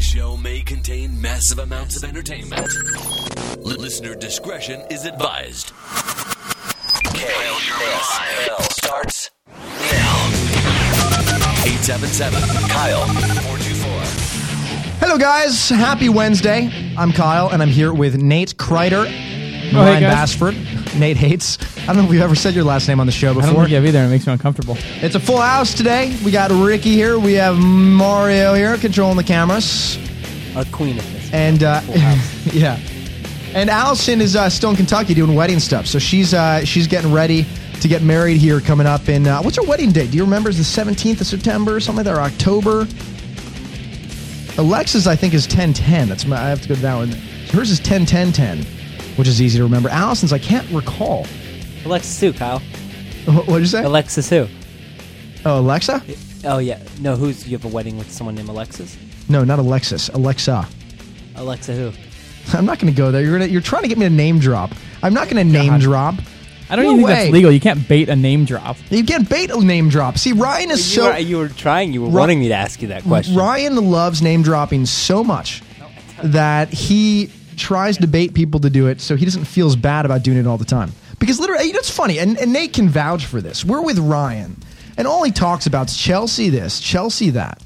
show may contain massive amounts of entertainment. Li- listener discretion is advised. KSL starts now. 877 Kyle 424. Hello, guys. Happy Wednesday. I'm Kyle, and I'm here with Nate Kreider, Ryan Oh, guys. Bassford, Nate Hates. I don't know if we've ever said your last name on the show I don't before. think I've either. It makes me uncomfortable. It's a full house today. We got Ricky here. We have Mario here controlling the cameras. a queen of this. And, uh, Full house. yeah. And Allison is uh, still in Kentucky doing wedding stuff. So she's uh, she's getting ready to get married here coming up in, uh, what's her wedding date? Do you remember? Is the 17th of September or something like that, or October? Alexa's, I think, is 10 10. That's my, I have to go to that one. Hers is 10 10 10, which is easy to remember. Allison's, I can't recall. Alexis who, Kyle? What did you say? Alexis who? oh, Alexa? Oh yeah, no. Who's you have a wedding with someone named Alexis? No, not Alexis. Alexa. Alexa who? I'm not going to go there. You're gonna, you're trying to get me to name drop. I'm not going to name drop. I don't No even think way. that's legal. You can't bait a name drop. You can't bait a name drop. See, Ryan is you, so. were, you were trying. You were Ri- wanting me to ask you that question. Ryan loves name dropping so much that he tries to bait people to do it so he doesn't feel as bad about doing it all the time. Because literally, you know, it's funny, and, and Nate can vouch for this. We're with Ryan, and all he talks about is Chelsea this, Chelsea that.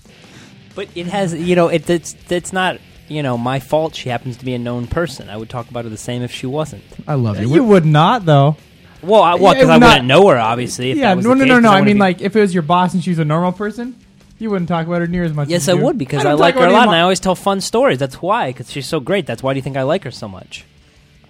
But it has, you know, it, it's it's not, you know, my fault. She happens to be a known person. I would talk about her the same if she wasn't. I love you. You would not, though. Well, I, well, because Yeah, I not- wouldn't know her, obviously. If yeah, that was no, the no, case, no, 'cause no. I wouldn't mean, be- like, if it was your boss and she was a normal person, you wouldn't talk about her near as much. Yes, as I you do. would because don't I, like talk her a about lot, and I any of always tell fun stories. That's why, because she's so great. That's why do you think I like her so much? my-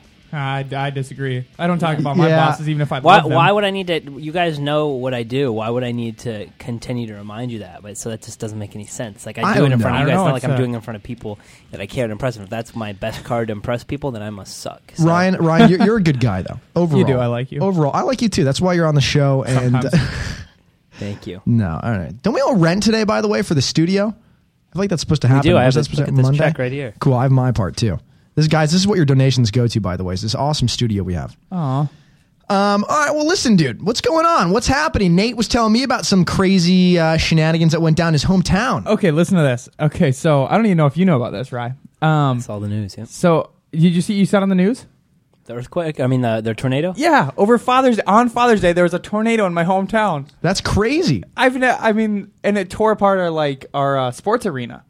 I, I disagree. I don't talk about my Yeah. bosses even if I Why, love them. why would I need to? You guys know what I do. Why would I need to continue to remind you that? But so that just doesn't make any sense. Like I, do I it don't in know. front I of you don't guys. know. Not like It's, I'm uh, doing it in front of people that I care to impress. If that's my best card to impress people, then I must suck. So- Ryan, Ryan, you're, you're a good guy though. Overall, do, I like you. Overall, I like you too. That's why you're on the show. And Sometimes. thank you. no, all right. Don't we all rent today? By the way, for the studio, I feel like that's supposed to happen. do. I Or is have that this- supposed to look at this happen Monday? check right here. Cool. I have my part too. This guys, this is what your donations go to. By the way, is this awesome studio we have. Aw. Um, all right. Well, listen, dude. What's going on? What's happening? Nate was telling me about some crazy uh, shenanigans that went down in his hometown. Oh. Okay, listen to this. Okay, so I don't even know if you know about this, Rye. Um, That's all the news. Yeah. so did you see you saw it on the news? The earthquake. I mean, the, the tornado. Yeah, over Father's on Father's Day, there was a tornado in my hometown. That's crazy. I've ne- I mean, and it tore apart our like our uh, sports arena.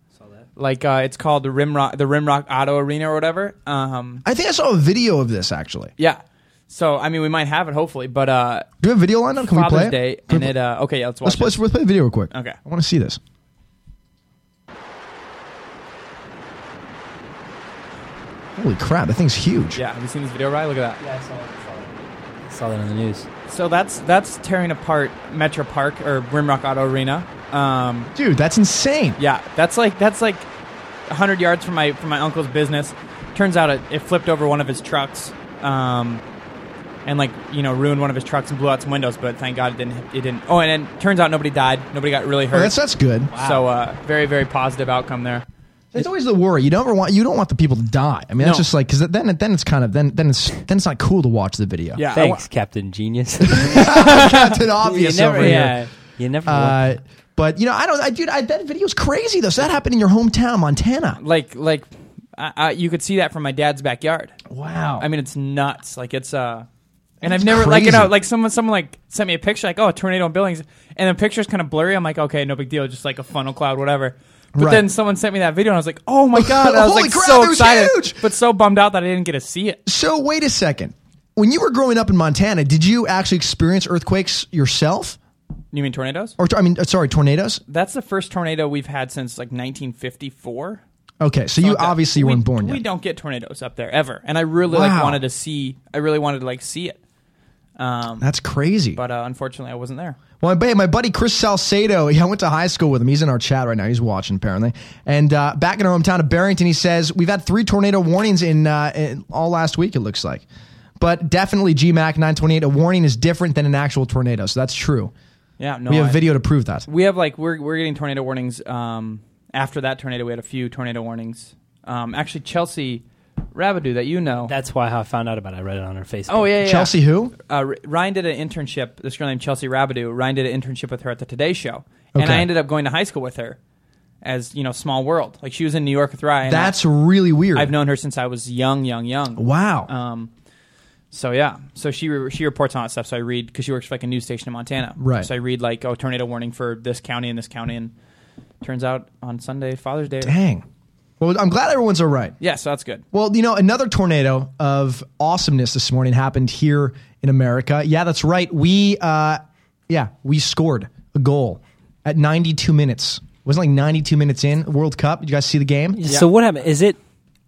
Like uh, it's called the Rim Rock, the Rim Rock Auto Arena or whatever. Um, I think I saw a video of this actually. yeah. So I mean, we might have it hopefully, but uh, Do we have a video lined up? Can we play Father's it? Day Can and we- it. Uh, okay, yeah, let's watch. let's play. it. Let's play the video real quick. Okay. I want to see this. Holy crap! That thing's huge. Yeah, have you seen this video, Ryan? Look at that. Saw that on the news. So that's that's tearing apart Metro Park or Rim Rock Auto Arena. Um, Dude, that's insane. Yeah, that's like that's like hundred yards from my from my uncle's business. Turns out it, it flipped over one of his trucks, um, and like you know ruined one of his trucks and blew out some windows. But thank God it didn't. It didn't. Oh, and then turns out nobody died. Nobody got really Oh, hurt. that's that's good. So uh, very very positive outcome there. That's always the worry. You don't ever want you don't want the people to die. I mean, that's No. just like because then then it's kind of then then it's then it's not cool to watch the video. Yeah, I wa- Thanks, Captain Genius. that's an obvious over here. yeah. You never. want- Uh, but you know, I don't, I, dude. I, that video's crazy though. So that happened in your hometown, Montana. like like I, I, you could see that from my dad's backyard. Wow. I mean, it's nuts. Like it's uh, and That's I've never like you crazy. know like someone someone like sent me a picture like oh a tornado in Billings and the picture's kind of blurry. I'm like okay no big deal just like a funnel cloud whatever. But Right. then someone sent me that video and I was like oh my god and I was Holy like crap, so it was excited huge! but so bummed out that I didn't get to see it. so wait a second. When you were growing up in Montana, did you actually experience earthquakes yourself? You mean tornadoes? Or I mean, uh, sorry, tornadoes. That's the first tornado we've had since like 1954. Okay, so you Like that. obviously we, weren't born We yet. don't get tornadoes up there ever, and I really Wow. like wanted to see. I really wanted to like see it, um, That's crazy. but uh, unfortunately I wasn't there. Well, my, buddy- my buddy Chris Salcedo, he- I went to high school with him. He's in our chat right now. He's watching apparently. And uh, back in our hometown of Barrington, he says we've had three tornado warnings in, uh, in all last week. It looks like, but definitely GMAC nine twenty eight. A warning is different than an actual tornado, so that's true. Yeah, no. We have I- video to prove that. we have like we're we're getting tornado warnings. Um, after that tornado, we had a few tornado warnings. Um, actually, Chelsea Rabidou that you know. That's why how I found out about it. I read it on her Facebook. oh yeah, yeah, yeah. Chelsea, who? Uh, R- Ryan did an internship. This girl named Chelsea Rabidou. Ryan did an internship with her at the Today Show, and Okay. I ended up going to high school with her. as you know, Small World. Like she was in New York with Ryan. That's really weird. I've known her since I was young, young, young. Wow. Um, so yeah, so she re- she reports on that stuff. So I read because she works for like a news station in Montana. Right. So I read like oh tornado warning for this county and this county, and turns out on Sunday Father's Day. Dang. Well, I'm glad everyone's all right. Yeah, so that's good. Well, you know, another tornado of awesomeness this morning happened here in America. Yeah, that's right. We, uh, yeah, we scored a goal at 92 minutes. Wasn't it like 92 minutes in World Cup. Did you guys see the game? So what happened? Is it?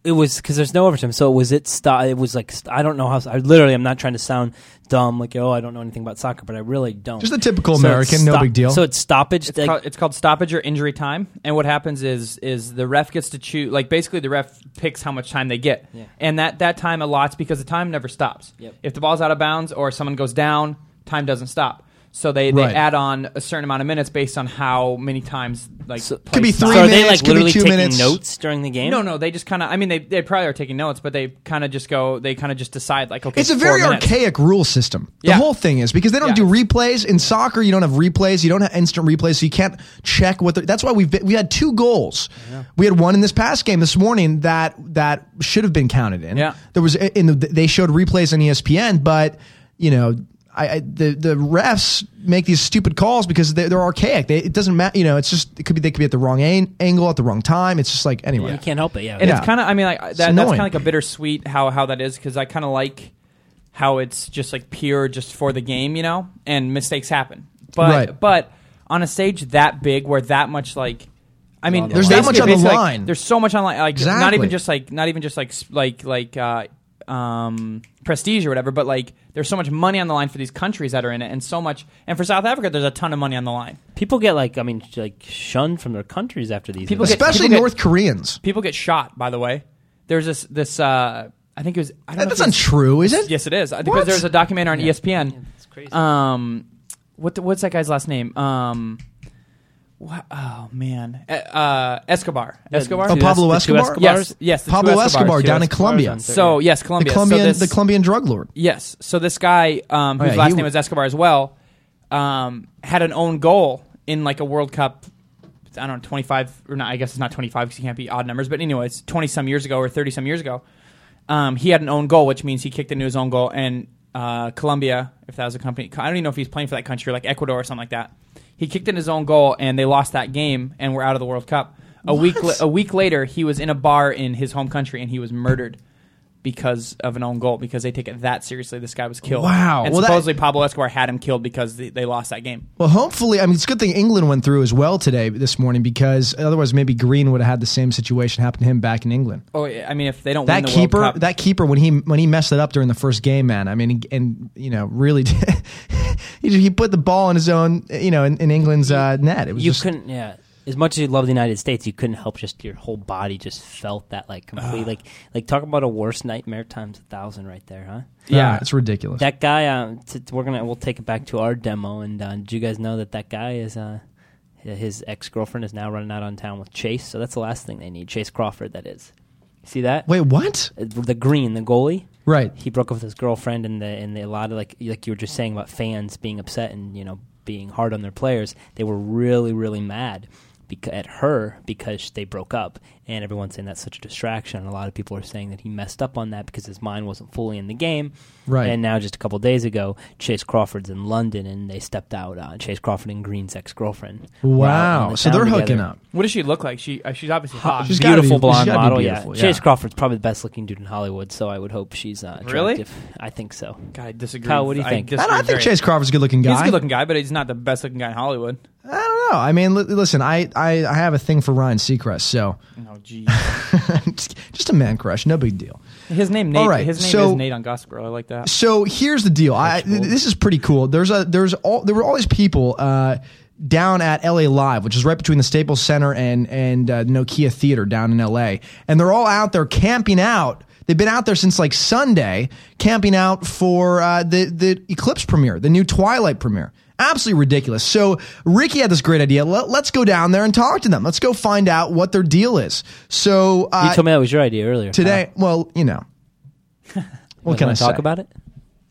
It was because there's no overtime. So was it? St- it was like st- I don't know how. I literally, I'm not trying to sound dumb. Like oh, I don't know anything about soccer, but I really don't. Just a typical So it's American, no stop- big deal. So it's stoppage. It's, like- called, it's called stoppage or injury time, and what happens is is the ref gets to choose. Like basically, the ref picks how much time they get, Yeah. and that that time allots because the time never stops. Yep. If the ball's out of bounds or someone goes down, time doesn't stop. So they, they Right. add on a certain amount of minutes based on how many times like Could be play stops. so three are they minutes, like could be literally two taking minutes. notes during the game? No, no, they just kind of. I mean, they they probably are taking notes, but they kind of just go. They kind of just decide like, okay, it's a four very minutes. archaic rule system. The Yeah. whole thing is because they don't Yeah. do replays in soccer. You don't have replays. You don't have instant replays, so you can't check what. The, that's why we've been, we had two goals. We had one in this past game this morning that that should have been counted in. Yeah. there was in the, they showed replays on E ESPN, but you know. I, I, the the refs make these stupid calls because they're, they're archaic. They, it doesn't matter, you know. It's just it could be they could be at the wrong an- angle at the wrong time. It's just like anyway. you can't help it. Yeah, and Yeah. it's kind of. I mean, like that, that's kind annoying. of like a bittersweet how how that is because I kind of like how it's just like pure just for the game, you know, and mistakes happen. But Right. but on a stage that big where that much like. I mean, There's that much on the basically- basically, like, line. there's so much on line, like not Exactly. even just like not even just like s- like like uh, um, prestige or whatever, but like there's so much money on the line for these countries that are in it, and so much, and for South Africa, there's a ton of money on the line. people get like I mean like shunned from their countries after these. People events. get- Especially people North Koreans. People get shot, by the way. There's this this uh I think it was I don't know That's if it's- untrue, is it? Yes it is. I- What? Because there's a documentary on E ESPN. it's crazy. Um what the, what's that guy's last name? Um what, oh man. Uh, uh Escobar. Escobar? Oh, Two Pablo Es- the two Escobar? Yes, yes, the two Pablo Escobars, Escobar two down in Escobars Colombia. on Thursday. so, yes, The Colombia. Colombian, so this, the Colombian drug lord. Yes. So this guy, um, whose Oh, yeah, last he w- name was Escobar as well, um, had an own goal in like a World Cup. I don't know, twenty five or not. I guess it's not twenty five because you can't be odd numbers. But anyways, twenty some years ago or thirty some years ago, um, he had an own goal, which means he kicked into his own goal. And uh, Colombia, if that was a company, I don't even know if he's playing for that country, like Ecuador or something like that. He kicked in his own goal, and they lost that game, and were out of the World Cup. A week, la- a week later, he was in a bar in his home country, and he was murdered because of an own goal because they take it that seriously. This guy was killed. Wow. And Well, that- supposedly Pablo Escobar had him killed because they, they lost that game. Well, hopefully, I mean, it's a good thing England went through as well today, this morning, because otherwise, maybe Green would have had the same situation happen to him back in England. Oh, yeah, I mean, if they don't win That the keeper, World Cup, that keeper, when he when he messed it up during the first game, man. I mean, and you know, really, he, he put the ball in his own, you know, in, in England's uh, net. It was you just, couldn't yeah as much as you love the united states you couldn't help just your whole body just felt that like complete Ah. like like talk about a worse nightmare times a thousand right there huh yeah, it's ridiculous. that guy um t- t- we're gonna we'll take it back to our demo and uh, did you guys know that that guy is uh his ex-girlfriend is now running out on town with chase so that's the last thing they need chase crawford that is see that Wait, what? Uh, the green the goalie Right. he broke up with his girlfriend and the and the, a lot of like like you were just saying about fans being upset and you know being hard on their players they were really really mad becau- at her because they broke up and everyone's saying that's such a distraction and a lot of people are saying that he messed up on that because his mind wasn't fully in the game Right. and now just a couple days ago chase crawford's in london and they stepped out uh, chase crawford and green's ex-girlfriend were out on Wow. the So town they're hooking together. up. what does she look like? She uh, she's obviously hot. She's gotta beautiful be- she's blonde gotta be model, yeah. beautiful, yeah. Chase Crawford's probably the best looking dude in Hollywood, so I would hope she's uh, Really? attractive. I think so. God, I disagree. Kyle, what do you I think? I, disagree don't, I think very- Chase Crawford's a good-looking guy. He's a good looking guy, but he's not the best looking guy in Hollywood. I don't know. I mean, li- listen, I, I, I have a thing for Ryan Seacrest, so No, Oh, geez. just, just a man crush, no big deal. His name Nate. All right, his name so- is Nate on Gossip Girl. I like that. So here's the deal. I, th- this is pretty cool. There's a there's all there were all these people uh, down at LA Live, which is right between the Staples Center and and uh, Nokia Theater down in LA, and they're all out there camping out. They've been out there since like Sunday, camping out for uh, the the Eclipse premiere, the new Twilight premiere. Absolutely ridiculous. So Ricky had this great idea. Let, us go down there and talk to them. Let's go find out what their deal is. So You uh, told me that was your idea earlier. today, well, you know, what What can I talk say? about it?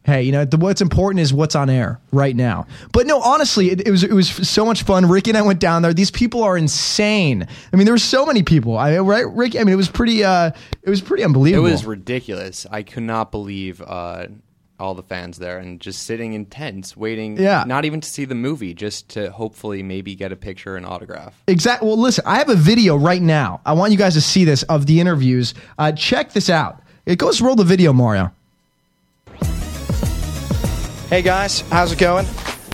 Hey, you know the, what's important is what's on air right now. But no, honestly, it, it was it was so much fun. Ricky and I went down there. These people are insane. I mean, there were so many people. I right, Ricky. I mean, it was pretty. Uh, it was pretty It unbelievable. was ridiculous. I could not believe uh, all the fans there and just sitting in tents waiting, Yeah. not even to see the movie, just to hopefully maybe get a picture and autograph. Exactly. Well, listen, I have a video right now. I want you guys to see this of the interviews. Uh, check this out. It goes roll the video, Mario. Hey guys, how's it going?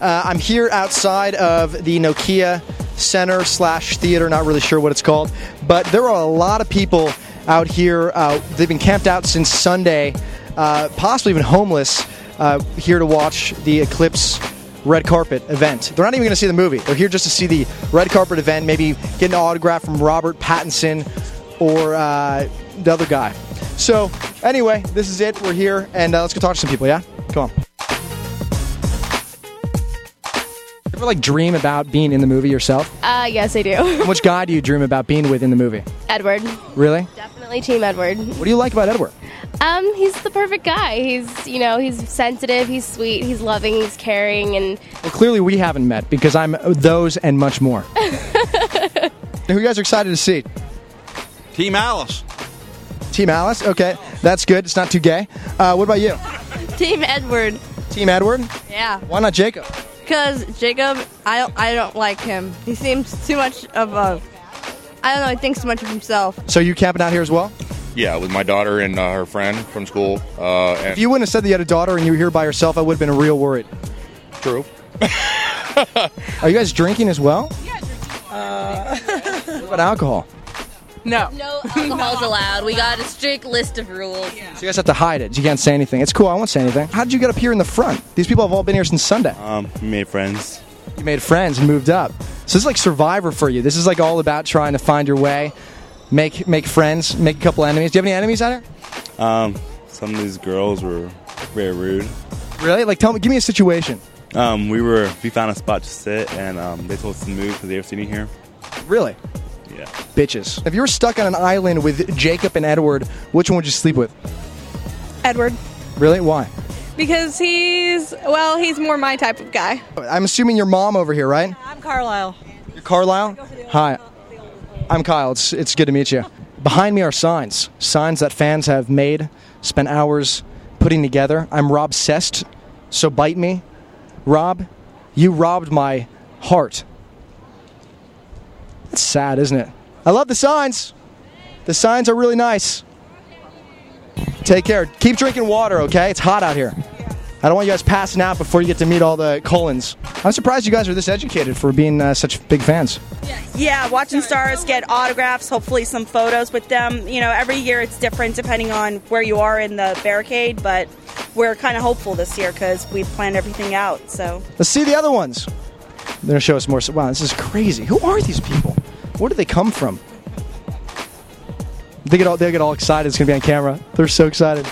Uh, I'm here outside of the Nokia Center slash theater, not really sure what it's called, but there are a lot of people out here. Uh, they've been camped out since Sunday, uh, possibly even homeless, uh, here to watch the Eclipse red carpet event. They're not even going to see the movie. They're here just to see the red carpet event, maybe get an autograph from Robert Pattinson or uh, the other guy. So, anyway, this is it. We're here, and uh, let's go talk to some people, yeah? Come on. ever like dream about being in the movie yourself? Uh, yes, I do. Which guy do you dream about being with in the movie? Edward. Really? Definitely Team Edward. What do you like about Edward? Um, he's the perfect guy. He's, you know, he's sensitive, he's sweet, he's loving, he's caring, and Well, clearly we haven't met because I'm those and much more. Who you guys are excited to see? Team Alice. Team Alice. Okay, that's good. It's not too gay. Uh, what about you? Team Edward. Team Edward. Yeah, Why not Jacob? because Jacob, I don't, I don't like him. He seems too much of a. I don't know. He thinks too much of himself. So you camping out here as well? Yeah, with my daughter and uh, her friend from school. Uh, and If you wouldn't have said that you had a daughter and you were here by yourself, I would have been real worried. true. Are you guys drinking as well? Yeah. what about alcohol? No alcohol's allowed. We got a strict list of rules. So you guys have to hide it. You can't say anything. It's cool. I won't say anything. How did you get up here in the front? These people have all been here since Sunday. Um, we made friends. you made friends and moved up. So this is like Survivor for you. This is like all about trying to find your way, make make friends, make a couple enemies. Do you have any enemies out here? Um, some of these girls were very rude. Really? Like, tell me, give me a situation. Um, we were we found a spot to sit, and um, they told us to move because they were sitting here. Really? Yeah, Bitches. If you were stuck on an island with Jacob and Edward, which one would you sleep with? Edward. Really? Why? Because he's, well, he's more my type of guy. I'm assuming your mom over here, right? I'm Carlisle. You're Carlisle. Hi. I'm Kyle. It's it's good to meet you. Behind me are signs, signs that fans have made, spent hours putting together. I'm Rob Sest, so bite me, Rob. You robbed my heart. That's sad, isn't it? I love the signs. The signs are really nice. Take care. Keep drinking water, okay? It's hot out here. I don't want you guys passing out before you get to meet all the Colons. I'm surprised you guys are this educated for being uh, such big fans. Yeah, watching stars get autographs, hopefully some photos with them. You know, every year it's different depending on where you are in the barricade, but we're kind of hopeful this year because we've planned everything out. So Let's see the other ones. They're gonna show us more. Wow, this is crazy. Who are these people? Where do they come from? They get all they get all excited. It's gonna be on camera. They're so excited.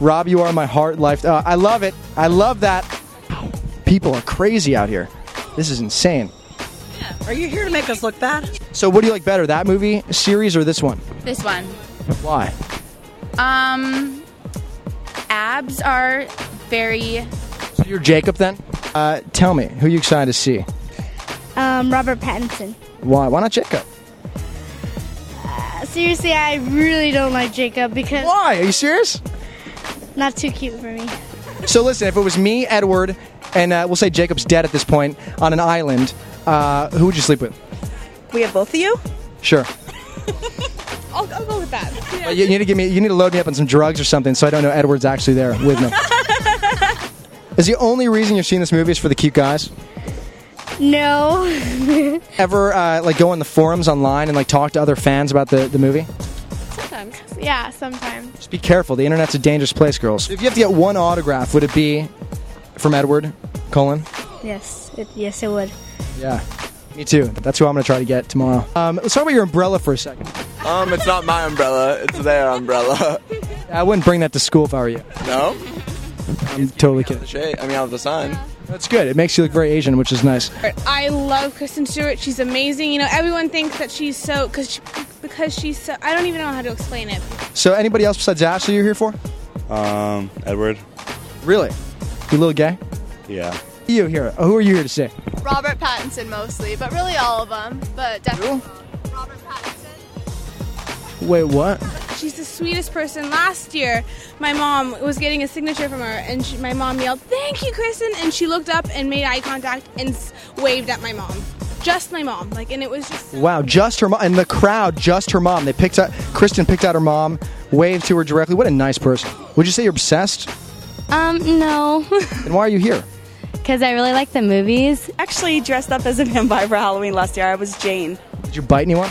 Rob, you are my heart, life. Uh, I love it. I love that. People are crazy out here. This is insane. Are you here to make us look bad? So, what do you like better, that movie series or this one? This one. Why? Um, abs are very. So you're Jacob then? Uh, tell me, who are you excited to see? Um, Robert Pattinson. Why? Why not Jacob? Seriously, I really don't like Jacob because Why? Are you serious? not too cute for me. So listen, if it was me, Edward, and uh, we'll say Jacob's dead at this point on an island, uh, who would you sleep with? We have both of you? Sure. I'll, I'll go with that. But you need to give me. You need to load me up on some drugs or something, so I don't know Edward's actually there with me. is the only reason you're seeing this movie is for the cute guys? No. Ever uh, like go on the forums online and like talk to other fans about the, the movie? Yeah, sometimes. Just be careful. The internet's a dangerous place, girls. If you have to get one autograph, would it be from Edward Colin? Yes, it, yes, it would. Yeah. Me too. That's who I'm gonna try to get tomorrow. Um, let's talk about your umbrella for a second. Um, it's not my umbrella; it's their umbrella. I wouldn't bring that to school if I were you. no, I'm totally kidding. the shade. I mean, out of the sun. That's good. It makes you look very Asian, which is nice. I love Kristen Stewart. She's amazing. You know, everyone thinks that she's so because she, because she's so. I don't even know how to explain it. So, anybody else besides Ashley you're here for? Um, Edward. Really? You a little gay? Yeah. You here? Who are you here to see? Robert Pattinson mostly, but really all of them. But definitely. Wait, what? She's the sweetest person. Last year, my mom was getting a signature from her, and she, my mom yelled, "Thank you, Kristen!" And she looked up and made eye contact and s- waved at my mom, just my mom, like, and it was just Wow, just her mom and the crowd, just her mom. They picked out Kristen picked out her mom, waved to her directly. What a nice person. Would you say you're obsessed? Um, no. And why are you here? Because I really like the movies. Actually, dressed up as a vampire for Halloween last year. I was Jane. Did you bite anyone?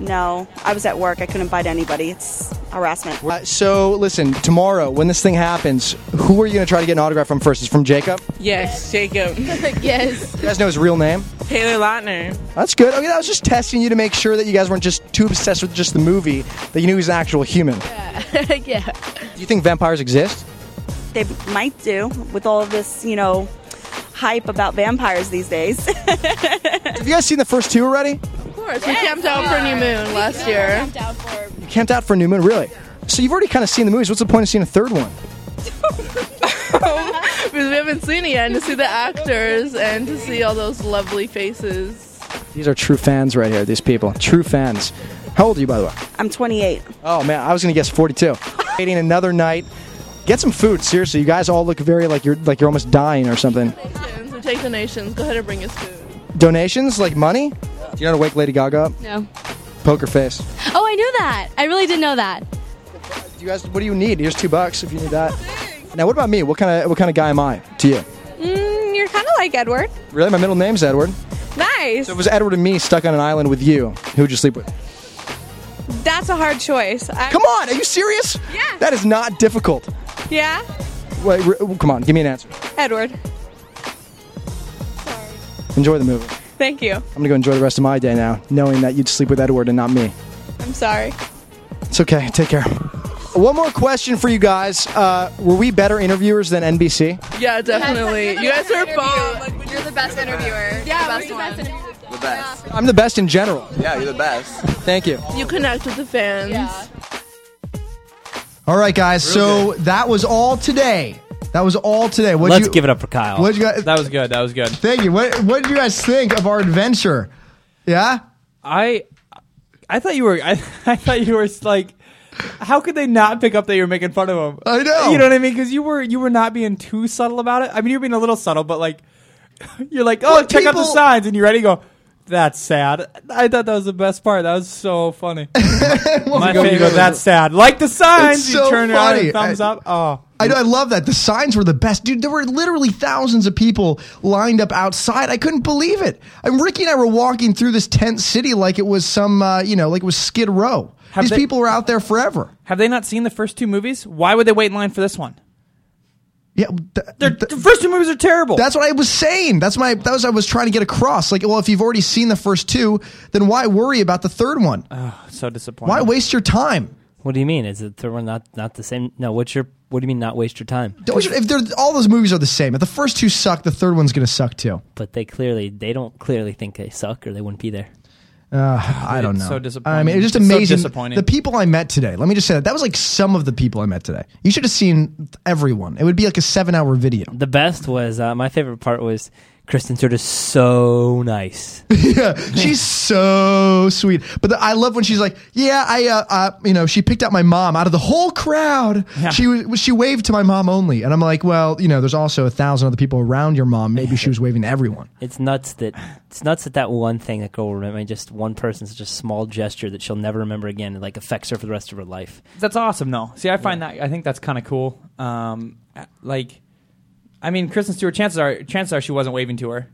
No, I was at work. I couldn't bite anybody. It's harassment. Uh, so listen, tomorrow when this thing happens, who are you gonna try to get an autograph from first? Is it from Jacob? Yes, Jacob. yes. You guys know his real name? Taylor Lautner. That's good. Okay, I was just testing you to make sure that you guys weren't just too obsessed with just the movie, that you knew he was an actual human. yeah. Do you think vampires exist? They might do with all of this, you know, hype about vampires these days. Have you guys seen the first two already? Of course, we camped out for New Moon last year. You camped out for New Moon, really? So you've already kind of seen the movies. What's the point of seeing a third one? because we haven't seen it yet, and to see the actors and to see all those lovely faces. These are true fans right here, these people. True fans. How old are you, by the way? I'm 28. Oh, man, I was going to guess 42. Waiting another night. Get some food, seriously. You guys all look very like you're like you're almost dying or something. Donations, We take donations. Go ahead and bring us food. Donations, like money? Do you know how to wake Lady Gaga up? No. Poker face. Oh, I knew that. I really did know that. Do you guys? What do you need? Here's two bucks if you need that. Now, what about me? What kind of what kind of guy am I to you? mm, you're kind of like Edward. Really, my middle name's Edward. Nice. So it was Edward and me stuck on an island with you. Who would you sleep with? That's a hard choice. I- Come on, are you serious? Yeah. That is not difficult. Yeah, Wait, re- oh, come on, give me an answer. Edward. Enjoy the movie. Thank you. I'm gonna go enjoy the rest of my day now, knowing that you'd sleep with Edward and not me. I'm sorry. It's okay. Take care. One more question for you guys. Uh, were we better interviewers than NBC? Yeah, definitely. You guys are bomb. You're the best interviewer. Yeah, the best one. The best. I'm the best in general. Yeah, you're the best. Thank you. You connect with the fans. All right, guys. so that was all today. That was all today. What'd Let's you- give it up for Kyle. What'd you guys? That was good. That was good. Thank you. What What did you guys think of our adventure? Yeah. I I thought you were I, I thought you were like how could they not pick up that you were making fun of him? I know. You know what I mean? Because you were you were not being too subtle about it. I mean, you were being a little subtle, but like you're like, oh, What check out the people- signs, and you ready to go. That's sad. I thought that was the best part. That was so funny. My Go, favorite. go, go. was, That's sad. Like the signs, It's you so turn around funny. and thumbs I- up. Oh, I know. I love that. The signs were the best, dude. There were literally thousands of people lined up outside. I couldn't believe it. And Ricky and I were walking through this tent city like it was some, uh, you know, like it was Skid Row. Have These they- people were out there forever. have they not seen the first two movies? Why would they wait in line for this one? Yeah, the first two movies are terrible. That's what I was saying. That's my that was I was trying to get across. Like, well, if you've already seen the first two, then why worry about the third one? so disappointing. Why waste your time? What do you mean? Is it the one not not the same? No. What's your What do you mean? Not waste your time? Don't you, if they're all those movies are the same, if the first two suck, the third one's gonna suck too. But they clearly they don't clearly think they suck, or they wouldn't be there. Uh, I don't It's know. so I disappointing. mean, it's just It's so amazing. disappointing. The people I met today. Let me just say that that was like some of the people I met today. You should have seen everyone. It would be like a seven-hour video. The best was uh, my favorite part was Kristen Stewart is so nice. yeah, she's so sweet. But the, I love when she's like, "Yeah, I, uh, uh, you know, she picked out my mom out of the whole crowd. She was she waved to my mom only." And I'm like, "Well, you know, there's also a thousand other people around your mom. Maybe she was waving to everyone." It's nuts that it's nuts that that one thing that girl remember just one person's just small gesture that she'll never remember again. It like affects her for the rest of her life. That's awesome, though. See, I find that I think that's kind of cool. Um, like, I mean, Kristen Stewart. Chances are, chances are she wasn't waving to her.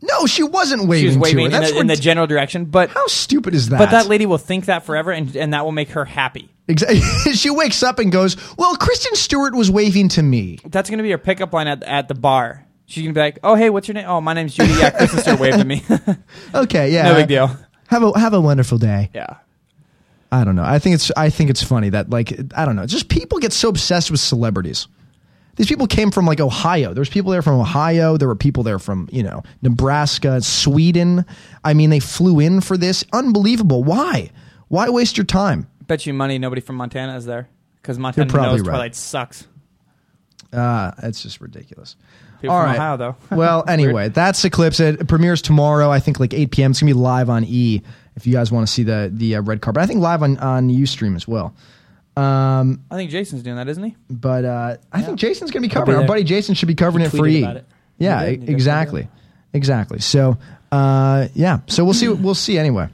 No, she wasn't waving. she was waving to her. in, That's the, in the general direction, but how stupid is that? But that lady will think that forever, and and that will make her happy. Exactly. she wakes up and goes, "Well, Kristen Stewart was waving to me." That's gonna be her pickup line at at the bar. She's gonna be like, "Oh, hey, what's your name? Oh, my name's Judy. Yeah, Kristen Stewart waved at me. Okay, yeah, No big deal. Have a have a wonderful day. Yeah. I don't know. I think it's I think it's funny that like I don't know. Just people get so obsessed with celebrities. These people came from like Ohio. There's people there from Ohio. There were people there from, you know, Nebraska, Sweden. I mean, they flew in for this. Unbelievable. Why? Why waste your time? Bet you money nobody from Montana is there because Montana probably knows right. Twilight sucks. Uh, it's just ridiculous. People from Ohio, though. well, anyway, that's Eclipse. It premieres tomorrow, I think, like 8 p.m. It's gonna be live on E. If you guys want to see the the uh, red carpet, I think live on on UStream as well. Um, I think Jason's doing that, isn't he? but uh, I think Jason's gonna be He'll be covering. it. Our there. buddy Jason should be covering He it for tweeted E. about it. Yeah, He did. e- He definitely exactly, exactly. So, uh, yeah. So we'll see. We'll see anyway.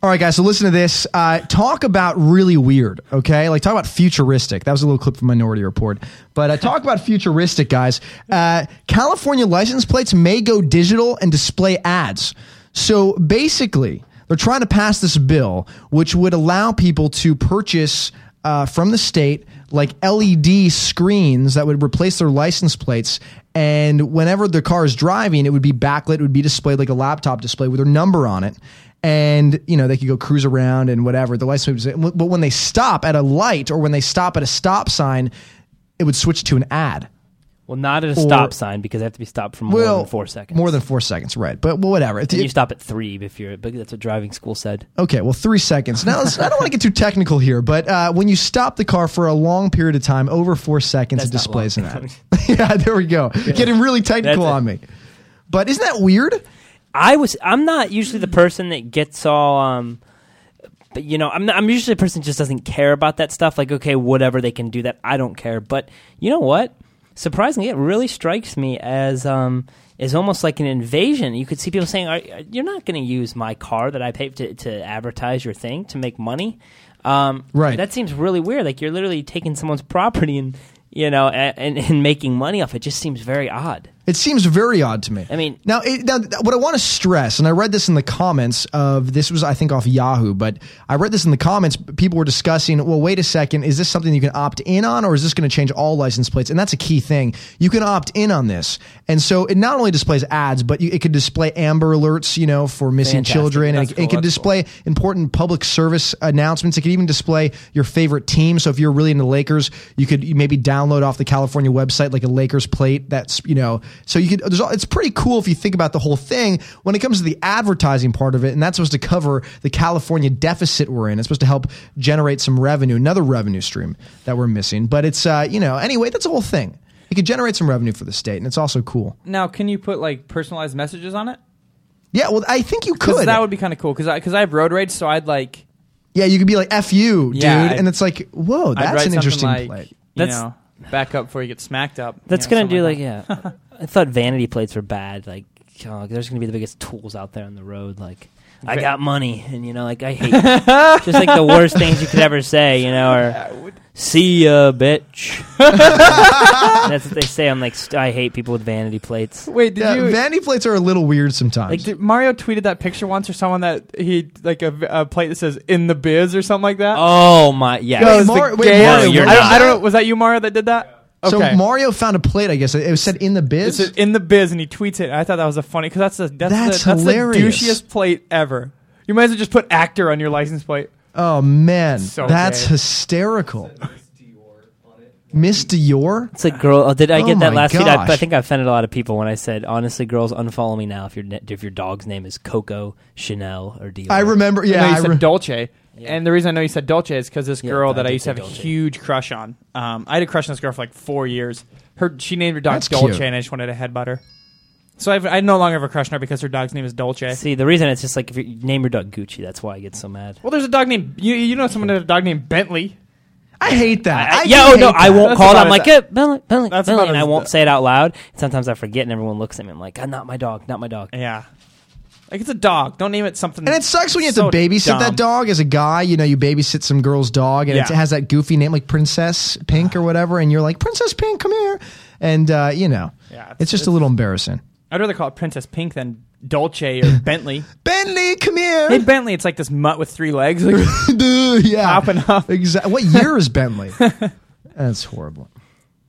All right, guys. So listen to this. Uh, talk about really weird. Okay, like talk about futuristic. That was a little clip from Minority Report. But uh, talk about futuristic, guys. Uh, California license plates may go digital and display ads. So basically, they're trying to pass this bill, which would allow people to purchase uh, from the state like LED screens that would replace their license plates. And whenever the car is driving, it would be backlit, it would be displayed like a laptop display with their number on it. And you know they could go cruise around and whatever the license plate. was- But when they stop at a light or when they stop at a stop sign, it would switch to an ad. Well, not at a Or- stop sign because they have to be stopped for more Well, than four seconds. More than four seconds, right? But well, whatever. It- And you it- stop at three if you're. But that's what driving school said. Okay, well, three seconds. Now, let's, I don't want to get too technical here, but uh, when you stop the car for a long period of time, over four seconds, it displays an ad. yeah, there we go. Getting really technical on me. But isn't that weird? I was. I'm not usually the person that gets all. Um, but you know, I'm. Not, I'm usually the person that just doesn't care about that stuff. Like, okay, whatever they can do that, I don't care. But you know what? Surprisingly, it really strikes me as um, is almost like an invasion. You could see people saying, Are, "You're not going to use my car that I paid to, to advertise your thing to make money." Um, Right. That seems really weird. Like you're literally taking someone's property and you know a- and, and making money off it. Just seems very odd. It seems very odd to me. I mean, now, it, now th- what I want to stress, and I read this in the comments of this was, I think, off Yahoo, but I read this in the comments. p- People were discussing, well, wait a second, is this something you can opt in on, or is this going to change all license plates? And that's a key thing. You can opt in on this, and so it not only displays ads, but you, it could display Amber Alerts, you know, for missing Fantastic. children, and That's it, cool. it could That's display display important public service announcements. It could even display your favorite team. So if you're really into Lakers, you could maybe download off the California website like a Lakers plate. That's you know, so you could. There's, all- it's pretty cool if you think about the whole thing when it comes to the advertising part of it, and that's supposed to cover the California deficit we're in. It's supposed to help generate some revenue, another revenue stream that we're missing. But it's uh, you know, anyway, that's the whole thing. It could generate some revenue for the state, and it's also cool. Now, can you put like personalized messages on it? Yeah, well, I think you 'Cause could. That would be kind of cool because I because I have road rage, so I'd like yeah, you could be like "f you, dude," Yeah, I- and it's like, whoa, I'd that's write an something interesting like, play. You That's- know, back up before you get smacked up. That's you know, gonna do like, something yeah. I thought vanity plates were bad. Like, oh, there's gonna be the biggest tools out there on the road. Like, I Ve- got money, and you know, like I hate just like the worst things you could ever say. You know, or see ya, bitch. That's what they say. I'm like, st- I hate people with vanity plates. Wait, did Yeah, you? vanity plates are a little weird sometimes. like did Mario tweeted that picture once, or someone that he like a, a plate that says "in the biz" or something like that. Oh my, yeah. That Wait, was the Mario- wait, gayest- Mario, you're I, don't, not. I don't know. Was that you, Mario, that did that? So Mario found a plate, I guess. It was said in the It biz. says in the biz, and he tweets it. I thought that was a funny because that's the that's, That's the, that's the hilarious. douchiest plate ever. You might as well just put actor on your license plate. oh man, So that's gay. hysterical. Miss Dior. It's like, girl, oh, did I Oh get that my last tweet? I, gosh. I think I offended a lot of people when I said, honestly, girls, unfollow me now if your ne- if your dog's name is Coco, Chanel, or Dior. I remember. Yeah, I know you I said re- Dolce. And the reason I know you said Dolce is because this Yeah, girl I that I did used to say have a Dolce. huge crush on. Um, I had a crush on this girl for like four years. Her she named her dog That's Dolce, cute. and I just wanted to headbutt her. So I've, I no longer have a crush on her because her dog's name is Dolce. See, the reason it's just like if you name your dog Gucci, that's why I get so mad. Well, there's a dog named you. You know someone that has a dog named Bentley. I hate that. I, I, yeah, do oh no, hate I that. won't That's call it. about I'm like, as- yeah, Billy, Billy, That's Billy, about and as- I won't say it out loud. Sometimes I forget, and everyone looks at me. I'm like, "Ah, not my dog, not my dog. Yeah, like it's a dog. Don't name it something. And it sucks when you have so to babysit dumb. that dog as a guy. You know, you babysit some girl's dog, and it Yeah. has that goofy name like Princess Pink or whatever, and you're like Princess Pink, come here, and uh, you know, Yeah, it's- it's, just a little embarrassing. I'd rather call it Princess Pink than Dolce or Bentley. Bentley, come here. Hey Bentley, it's like this mutt with three legs. Like, Duh, yeah. Popping up. Exactly. What year is Bentley? That's horrible.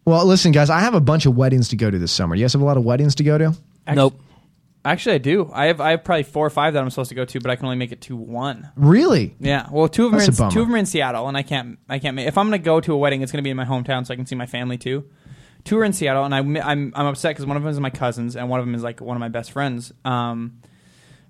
Well, listen, guys, I have a bunch of weddings to go to this summer. You guys have a lot of weddings to go to? act- Nope. Actually, I do. I have I have probably four or five that I'm supposed to go to, but I can only make it to one. Really? Yeah. Well, two of them are That's in, a bummer. two of them are in Seattle, and I can't I can't make. If I'm gonna go to a wedding, it's gonna be in my hometown, so I can see my family too. Two are in Seattle, and I, am I'm I'm upset because one of them is my cousins, and one of them is like one of my best friends. Um,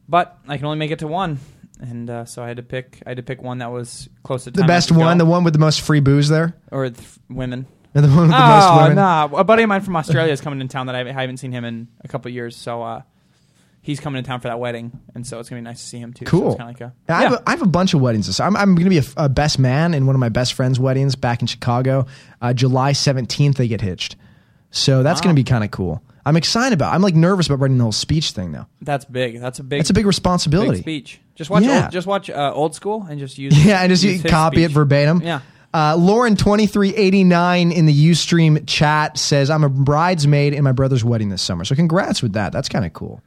but I can only make it to one, and uh, so I had to pick I had to pick one that was close to The best one, the one with the most free booze there. or th- women. And the one with the oh, most women. nah. A buddy of mine from Australia is coming in town that I haven't- I haven't seen him in a couple of years. So uh, he's coming in town for that wedding. And so it's going to be nice to see him too. So Cool. it's kind of like a, I, have a, I have a bunch of weddings. This I'm, I'm going to be a, f- a best man in one of my best friends' weddings back in Chicago. Uh, July 17th, they get hitched. So that's going to be kind of cool. I'm excited about. it. I'm like nervous about writing the whole speech thing though. that's big. That's a big. That's a big responsibility. big speech. Just watch. Yeah. Old, just watch uh, old school and just use. Yeah, and just use you his copy it speech. verbatim. Yeah. Uh, Lauren twenty three eighty nine in the UStream chat says I'm a bridesmaid in my brother's wedding this summer. So congrats with that. That's kind of cool.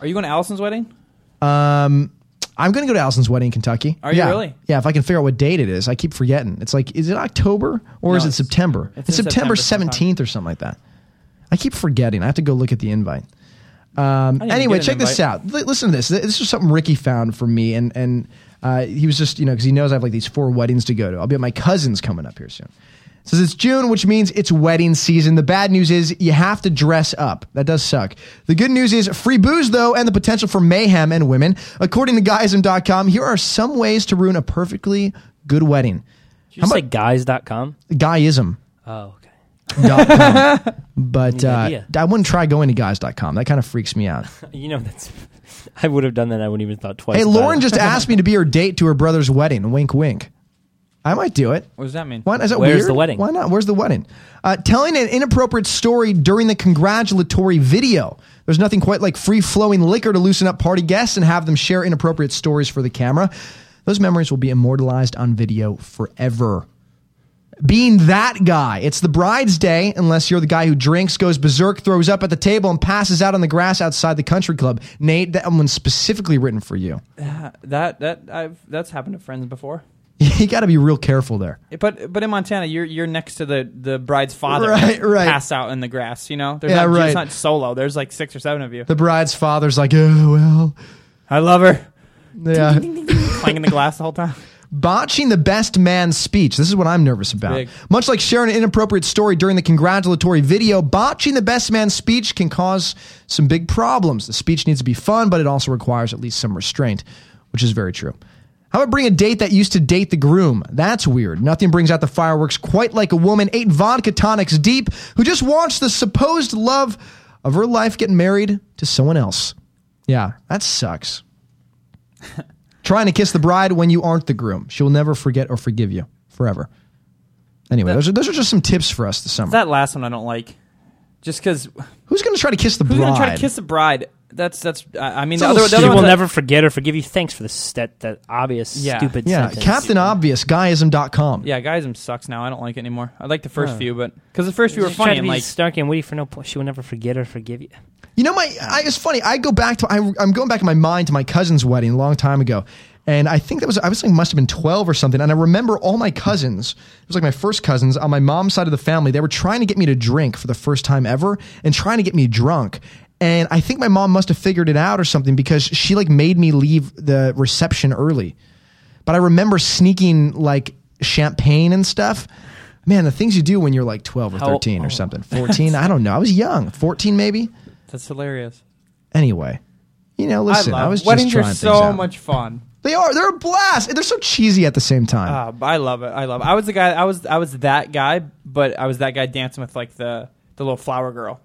Are you going to Allison's wedding? Um, I'm going to go to Allison's wedding in Kentucky. Are you Yeah. really? Yeah, if I can figure out what date it is. I keep forgetting. It's like, is it October or No, is it it's- September? it's It's, in September, September sometime. 17th or something like that. I keep forgetting. I have to go look at the invite. Um, didn't anyway, get an check this invite. out. L- listen to this. Th- This is something Ricky found for me, and and uh, he was just you know because he knows I have like these four weddings to go to. I'll be at my cousin's coming up here soon. Says it's June, which means it's wedding season. The bad news is you have to dress up. That does suck. The good news is free booze though, and the potential for mayhem and women. According to Guyism.com, here are some ways to ruin a perfectly good wedding. Did you just say guys.com? Guyism. Oh, okay. dot com. but Neat uh, idea. I wouldn't try going to guys.com. That kind of freaks me out. You know, that's. I would have done that. I wouldn't even thought twice. Hey, about Lauren it. just asked me to be her date to her brother's wedding. Wink, wink. I might do it. What does that mean? Why, is that Where's weird? the wedding? Why not? Where's the wedding? Uh, telling an inappropriate story during the congratulatory video. There's nothing quite like free flowing liquor to loosen up party guests and have them share inappropriate stories for the camera. Those memories will be immortalized on video forever being that guy. It's the bride's day, unless you're the guy who drinks, goes berserk, throws up at the table, and passes out on the grass outside the country club. Nate, that one's specifically written for you. Uh, that that I've that's happened to friends before. You got to be real careful there. But but in Montana, you're you're next to the, the bride's father, Right, right. Pass out in the grass, you know. There's Yeah, not, right. It's not solo. There's like six or seven of you. The bride's father's like, oh, well. I love her. Yeah. Playing in the glass the whole time. Botching the best man's speech. This is what I'm nervous about. Big. Much like sharing an inappropriate story during the congratulatory video, botching the best man's speech can cause some big problems. The speech needs to be fun, but it also requires at least some restraint, which is very true. How about bring a date that used to date the groom? That's weird. Nothing brings out the fireworks quite like a woman eight vodka tonics deep who just wants the supposed love of her life getting married to someone else. Yeah, that sucks. Trying to kiss the bride when you aren't the groom. She will never forget or forgive you forever. Anyway, those, are, those are just some tips for us this summer. That last one I don't like. Just because who's going to try to kiss the who's bride? gonna try to kiss the bride? That's that's. I I mean, It's the a other, little the other stupid. ones will that- never forget or forgive you. Thanks for this that that obvious Yeah. stupid yeah, sentence. Captain Obvious, guyism.com. Yeah, Guyism sucks now. I don't like it anymore. I like the first Huh. few, but because the first few were She's trying funny to and be like snarky and witty for no point. She will never forget or forgive you. You know, my I, it's funny. I go back to I, I'm going back in my mind to my cousin's wedding a long time ago, and I think that was I was like must have been 12 or something. And I remember all my cousins. It was like my first cousins on my mom's side of the family. They were trying to get me to drink for the first time ever, and trying to get me drunk. And I think my mom must have figured it out or something because she like made me leave the reception early. But I remember sneaking like champagne and stuff. Man, the things you do when you're like 12 or How- 13 or something, 14, I don't know. I was young, 14 maybe that's hilarious. anyway, you know, listen, I, I, love was just weddings trying are things so out. much fun. They are. They're a blast. And they're so cheesy at the same time. Uh, I love it. I love. It. I was the guy. I was I was that guy, but I was that guy dancing with like the the little flower girl.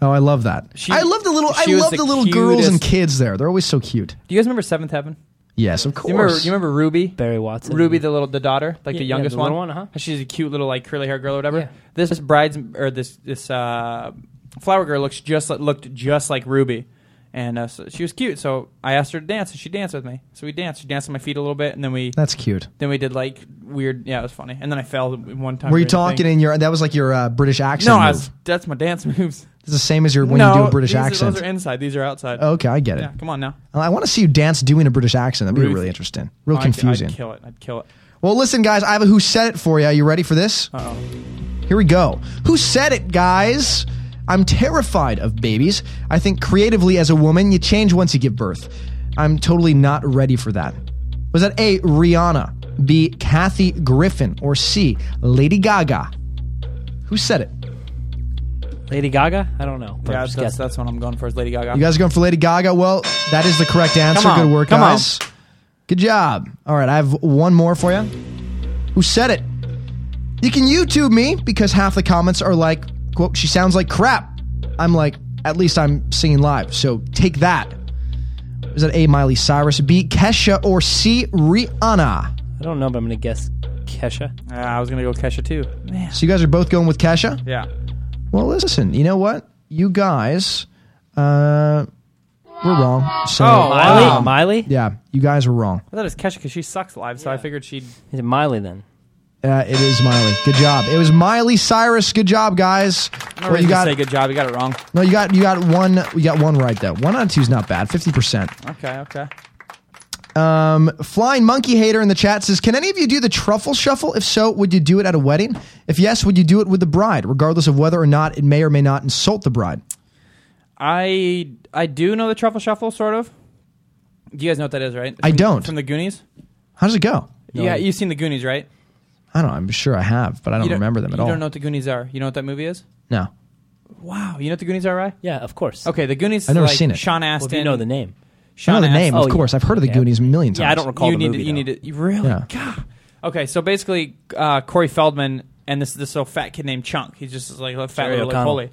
oh, I love that. she- I love the little. I she was love the the, little girls and cutest- kids there. They're always so cute. Do you guys remember Seventh Heaven? Yes, of Do you, remember, course. do you remember Ruby? Barry Watson. Ruby, the little the daughter, like Yeah, the yeah, youngest the one. little one, uh-huh. She's a cute little like curly hair girl or whatever. This bride's or this this uh, flower girl looks just like, looked just like Ruby, and uh, so she was cute. So I asked her to dance, and she danced with me. So we danced. She danced on my feet a little bit, and then we That's cute. then we did like weird. Yeah, it was funny. And then I fell one time. Were you during the talking thing. in your? That was like your uh, British accent. No, move. I was, that's my dance moves. It's the same as your when no, you do a British these are- accent. Oh, Those are inside. These are outside. okay, I get it. Yeah, come on now. I want to see you dance doing a British accent. That'd be Ruth. really interesting. Real Oh, I'd- confusing. I'd kill it. I'd kill it. Well, listen, guys, I have a Who Said It for you. Are you ready for this? Uh-oh. Here we go. Who said it, guys? I'm terrified of babies. I think creatively as a woman, you change once you give birth. I'm totally not ready for that. Was that A, Rihanna, B, Kathy Griffin, or C, Lady Gaga? Who said it? Lady Gaga? I don't know. but Yeah, I'm just that's, guessing. that's what I'm going for is Lady Gaga. You guys are going for Lady Gaga? Well, that is the correct answer. Come on, Good work, come on. guys. Good job. All right, I have one more for you. Who said it? You can YouTube me because half the comments are like, quote, she sounds like crap. I'm like, at least I'm singing live, so take that. Is that A, Miley Cyrus, B, Kesha, or C, Rihanna? I don't know, but I'm going to guess Kesha. Uh, I was going to go Kesha too. So you guys are both going with Kesha? Yeah. Well, listen, you know what? You guys, uh, we're wrong. So, Oh, Miley? wow. Miley? Yeah, you guys were wrong. I thought it was Kesha because she sucks live, so I figured she'd. Is it Miley then? Uh, it is Miley. Good job. It was Miley Cyrus. Good job, guys. I'm Well, ready you to got say good job. You got it wrong. no, you got you got one. You got one right though. One out of two is not bad. Fifty percent. Okay, okay. Um, Flying Monkey Hater in the chat says, "Can any of you do the truffle shuffle? If so, would you do it at a wedding? If yes, would you do it with the bride, regardless of whether or not it may or may not insult the bride?" I I do know the truffle shuffle, sort of. Do you guys know what that is, right? I don't. From the Goonies? How does it go? Yeah, you've seen the Goonies, right? I don't. know. I'm sure I have, but I don't, You remember them at you all. don't know what the Goonies are. You know what that movie is? No. Wow. You know what the Goonies are, right? Yeah, of course. Okay, the Goonies. is I've never like seen it. Sean Well, if you Astin. know the name. I Sean know the name, Oh, of yeah. course. I've heard of the Okay. Goonies a million times. Yeah, I don't recall you the need movie. to, you though. need to you really Yeah. God. Okay, so basically, uh, Corey Feldman and this this little fat kid named Chunk. He's just like a fat Jerry little like, O'Connell. bully.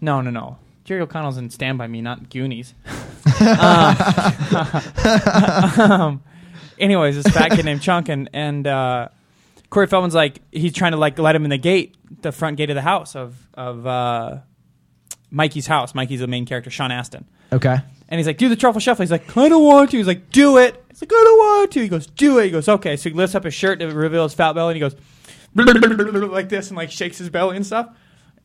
No, no, no. Jerry O'Connell's in Stand by Me, not Goonies. Uh, um, anyways, this fat kid named Chunk and and uh, Corey Feldman's like he's trying to like let him in the gate, the front gate of the house of of uh, Mikey's house. Mikey's the main character, Sean Astin. Okay. And he's like, do the truffle shuffle. He's like, I don't want to. He's like, do it. He's like, I don't want to. He goes, do it. He goes, okay. So he lifts up his shirt to reveal his fat belly, and he goes like this, and like shakes his belly and stuff.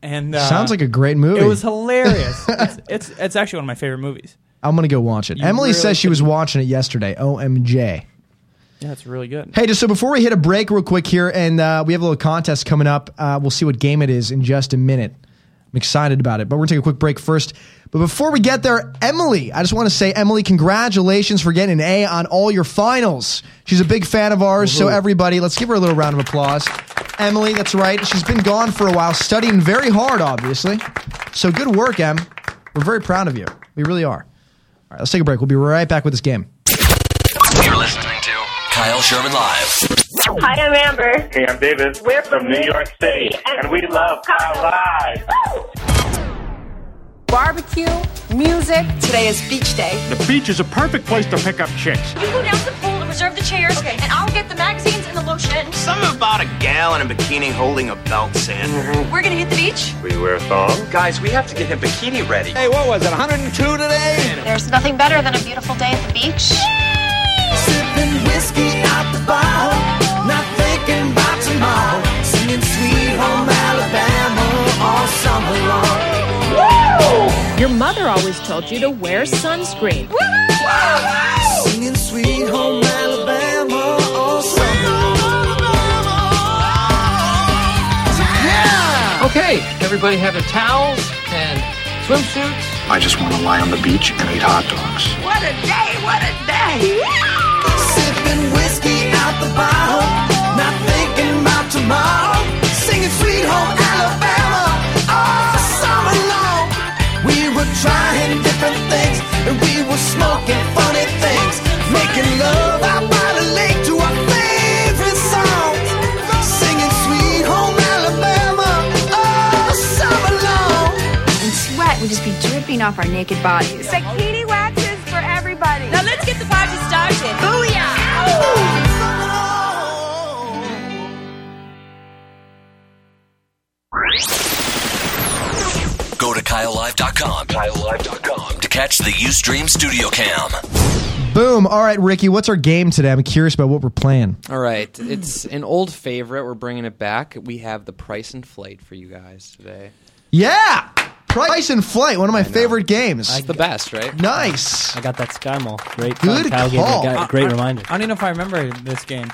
And uh, Sounds like a great movie. It was hilarious. it's, it's it's actually one of my favorite movies. I'm gonna go watch it. You Emily really says she was watching it yesterday. Omj. Yeah, it's really good. Hey, just so before we hit a break, real quick here, and uh, we have a little contest coming up. Uh, we'll see what game it is in just a minute. I'm excited about it, but we're gonna take a quick break first. But before we get there, Emily, I just want to say, Emily, congratulations for getting an A on all your finals. She's a big fan of ours, so everybody, let's give her a little round of applause. Emily, that's right. She's been gone for a while, studying very hard, obviously. So good work, Em. We're very proud of you. We really are. All right, let's take a break. We'll be right back with this game. You're listening to Kyle Sherman Live. Hi, I'm Amber. Hey, I'm Davis. We're from New York City, and we love Kyle Live. Barbecue, music. Today is beach day. The beach is a perfect place to pick up chicks. You go down to the pool and reserve the chairs, okay. and I'll get the magazines and the lotion. Something about a gal in a bikini holding a belt sand. We're gonna hit the beach. Mm-hmm. We wear thongs? Guys, we have to get her bikini ready. Hey, what was it, 102 today? There's nothing better than a beautiful day at the beach. Sipping whiskey out the bar, not thinking about tomorrow. Singing sweet home Alabama all summer long. Your mother always told you to wear sunscreen. Singing sweet home Alabama all summer Okay, everybody have their towels and swimsuits. I just want to lie on the beach and eat hot dogs. What a day, what a day! Sipping whiskey out the bottle, not thinking about tomorrow. Singing sweet home Alabama all summer long. We were trying different things, and we were smoking funny things. Making love out by the lake to our favorite songs. Singing sweet home Alabama all summer long. And sweat would just be dripping off our naked bodies. Bikini waxes for everybody. Now let's get the party started. Go to KyleLive.com. KyleLive.com to catch the Ustream Studio Cam. Boom. All right, Ricky, what's our game today? I'm curious about what we're playing. All right, it's an old favorite. We're bringing it back. We have the price and flight for you guys today. Yeah. Price and Flight, one of my favorite games. It's the best, right? Nice. I got that Sky Mall. Great. Good Kyle gave me a call. guy- great reminder. I don't even know if I remember this game.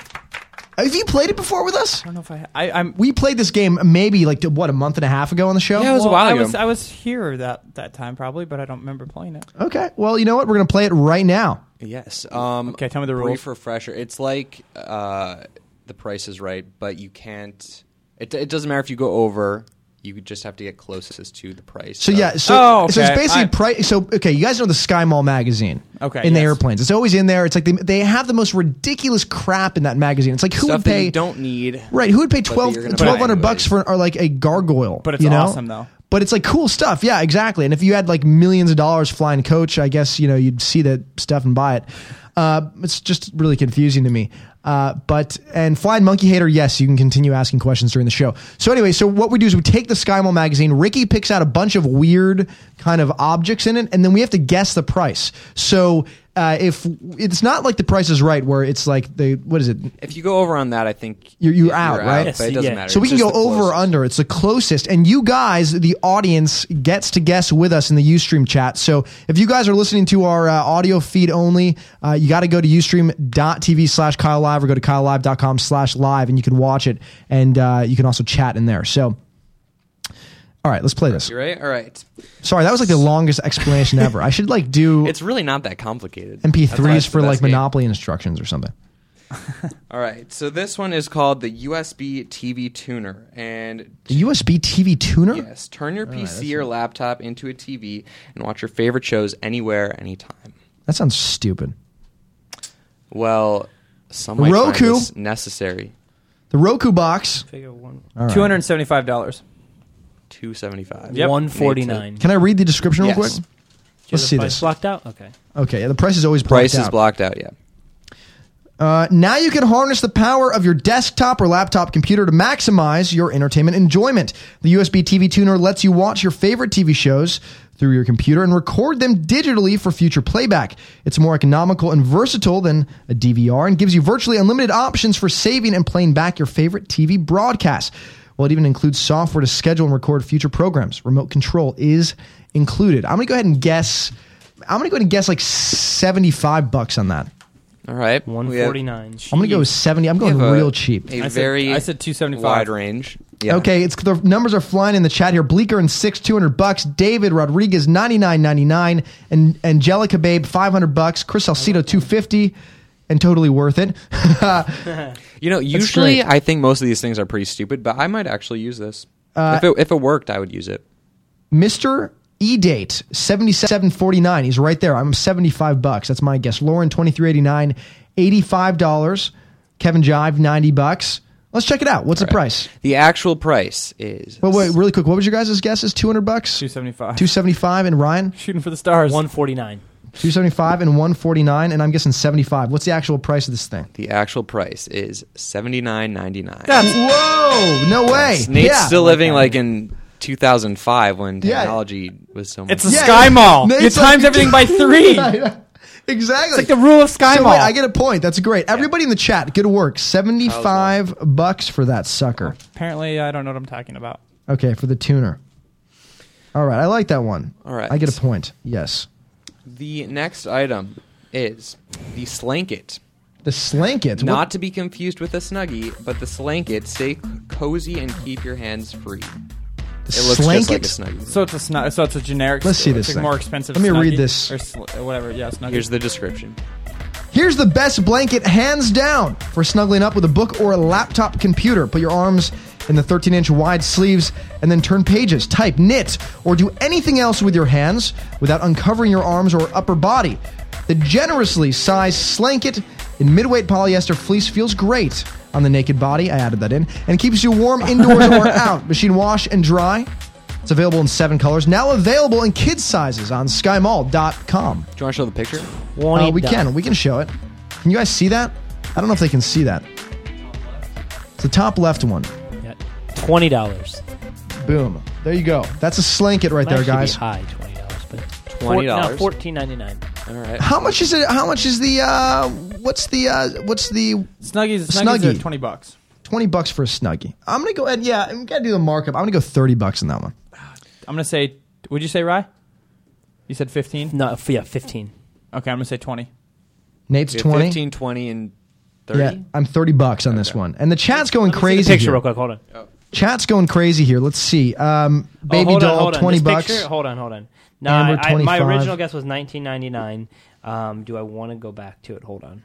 Have you played it before with us? I don't know if I. I I'm, we played this game maybe like what a month and a half ago on the show. Yeah, Well, I was, I was here that, that time probably, but I don't remember playing it. okay. Well, you know what? We're gonna play it right now. Yes. Um, Okay, tell me the brief rules. refresher. It's like uh, The Price is Right, but you can't. It, it doesn't matter if you go over. You just have to get closest to the price. So of- yeah, so, Oh, so it's basically price. So okay, you guys know the Sky Mall magazine. Okay, in the yes. airplanes, it's always in there. It's like they, they have the most ridiculous crap in that magazine. It's like who stuff would that pay you don't need. right? Who would pay but that 12 you're gonna buy 1200 anyway. bucks for or like a gargoyle? But it's you know? awesome, though. But it's like cool stuff. Yeah, exactly. And if you had like millions of dollars flying coach, I guess you know you'd see that stuff and buy it. Uh, it's just really confusing to me. Uh, but and flying monkey hater, yes, you can continue asking questions during the show. So anyway, so what we do is we take the SkyMall magazine. Ricky picks out a bunch of weird kind of objects in it, and then we have to guess the price. So uh, if it's not like the Price is Right, where it's like the what is it? If you go over on that, I think You're, you're, you're out, out, right? but it doesn't matter. So we It's can go just the over or under. It's the closest. And you guys, the audience, gets to guess with us in the Ustream chat. So if you guys are listening to our uh, audio feed only, uh, you got to go to ustream.tv slash Kyle Live or go to kylelive.com slash live and you can watch it. And uh, you can also chat in there. So, all right, let's play this. You right? All right. Sorry, that was like the longest explanation ever. I should like do It's really not that complicated. That's why it's MP3s the for best like game. Monopoly instructions or something. All right. So this one is called the USB TV tuner, and The USB TV tuner? yes, turn your All right, PC that's- or laptop into a TV and watch your favorite shows anywhere, anytime. That sounds stupid. Well, some might find Roku. this necessary. The Roku box. All right. Two hundred seventy-five dollars. Two seventy-five. Yep. $149. Can I read the description Yes. real quick? Do you have Let's the see price this. blocked out? Okay. Okay, yeah, the price is always blocked Price is out. blocked out. Yeah. Uh, now you can harness the power of your desktop or laptop computer to maximize your entertainment enjoyment. The USB TV tuner lets you watch your favorite TV shows through your computer and record them digitally for future playback. It's more economical and versatile than a DVR and gives you virtually unlimited options for saving and playing back your favorite TV broadcasts. Well, it even includes software to schedule and record future programs. Remote control is included. I'm going to go ahead and guess. I'm going to go ahead and guess like 75 bucks on that. All right. One We have- forty-nine. I'm gonna go with 70. I'm we going have real cheap. A very I said 275. wide range. Yeah. Okay, it's the numbers are flying in the chat here. Bleeker and six, two hundred bucks. David Rodriguez, ninety nine ninety nine, and Angelica Babe, five hundred bucks. Chris Alcido, two fifty, and totally worth it. You know, usually I think most of these things are pretty stupid, but I might actually use this. Uh, if, it, if it worked, I would use it. Mister E Date, seventy seven forty nine. He's right there. I'm seventy five bucks. That's my guess. Lauren, twenty three eighty nine, eighty five dollars. Kevin Jive, ninety bucks. Let's check it out. What's the price? The actual price is Wait, wait, really quick. What was your guys' guesses? Two hundred bucks. Two seventy five. Two seventy five. And Ryan. Shooting for the stars. One forty-nine. Uh, 275 and 149 and i'm guessing 75 what's the actual price of this thing the actual price is seventy nine ninety nine. whoa Oh, no way Nate's yeah. still living like in two thousand five when Yeah. technology was so. Much It's a Yeah, sky mall. Nate's you times like- everything by three. Right. exactly It's like the rule of sky so mall. wait, i get a point that's great everybody in the chat good work 75 bucks for that sucker Apparently, I don't know what I'm talking about. okay for the tuner all right i like that one All right. i get a point yes The next item is the Slanket. the slanket what- Not to be confused with a Snuggie, but the Slanket. Stay c- cozy and keep your hands free. It looks just like a Slanket? Snuggie. So it's a snu- so it's a generic. Let's see it's this a thing. more expensive. Let me read Snuggie, this. or sl- or whatever. Yeah, snuggie. Here's the description. Here's the best blanket, hands down, for snuggling up with a book or a laptop computer. Put your arms in the 13 inch wide sleeves and then turn pages, type, knit, or do anything else with your hands without uncovering your arms or upper body. The generously sized slanket in midweight polyester fleece feels great on the naked body. I added that in. And keeps you warm indoors or out. Machine wash and dry. It's available in seven colors. Now available in kids sizes on skymall.com. Do you want to show the picture? Uh, we can. We can show it. Can you guys see that? I don't know if they can see that. It's the top left one. Yeah. Twenty dollars. Boom. There you go. That's a slanket right there, guys. High twenty dollars, but $20. fourteen ninety-nine. All right. How much is it? How much is the? Uh, what's the? Uh, what's the? snuggies. Snuggies Snuggie. are twenty bucks. Twenty bucks for a snuggie. I'm gonna go ahead. Yeah, I'm gonna do the markup. I'm gonna go thirty bucks on that one. I'm gonna say. Would you say Rye? You said fifteen. No, f- yeah, fifteen. Okay, I'm gonna say twenty. Nate's Yeah, twenty. 15, 20, and Yeah, I'm 30 bucks on this one. And the chat's Let going me see the crazy. picture here. real quick. Hold on. Chat's going crazy here. Let's see. Um, Oh, baby hold on, doll, hold on. 20 This bucks. Picture, hold on, hold on. No, Amber, I, I- my 25. original guess was 1999. Um, do I want to go back to it? Hold on.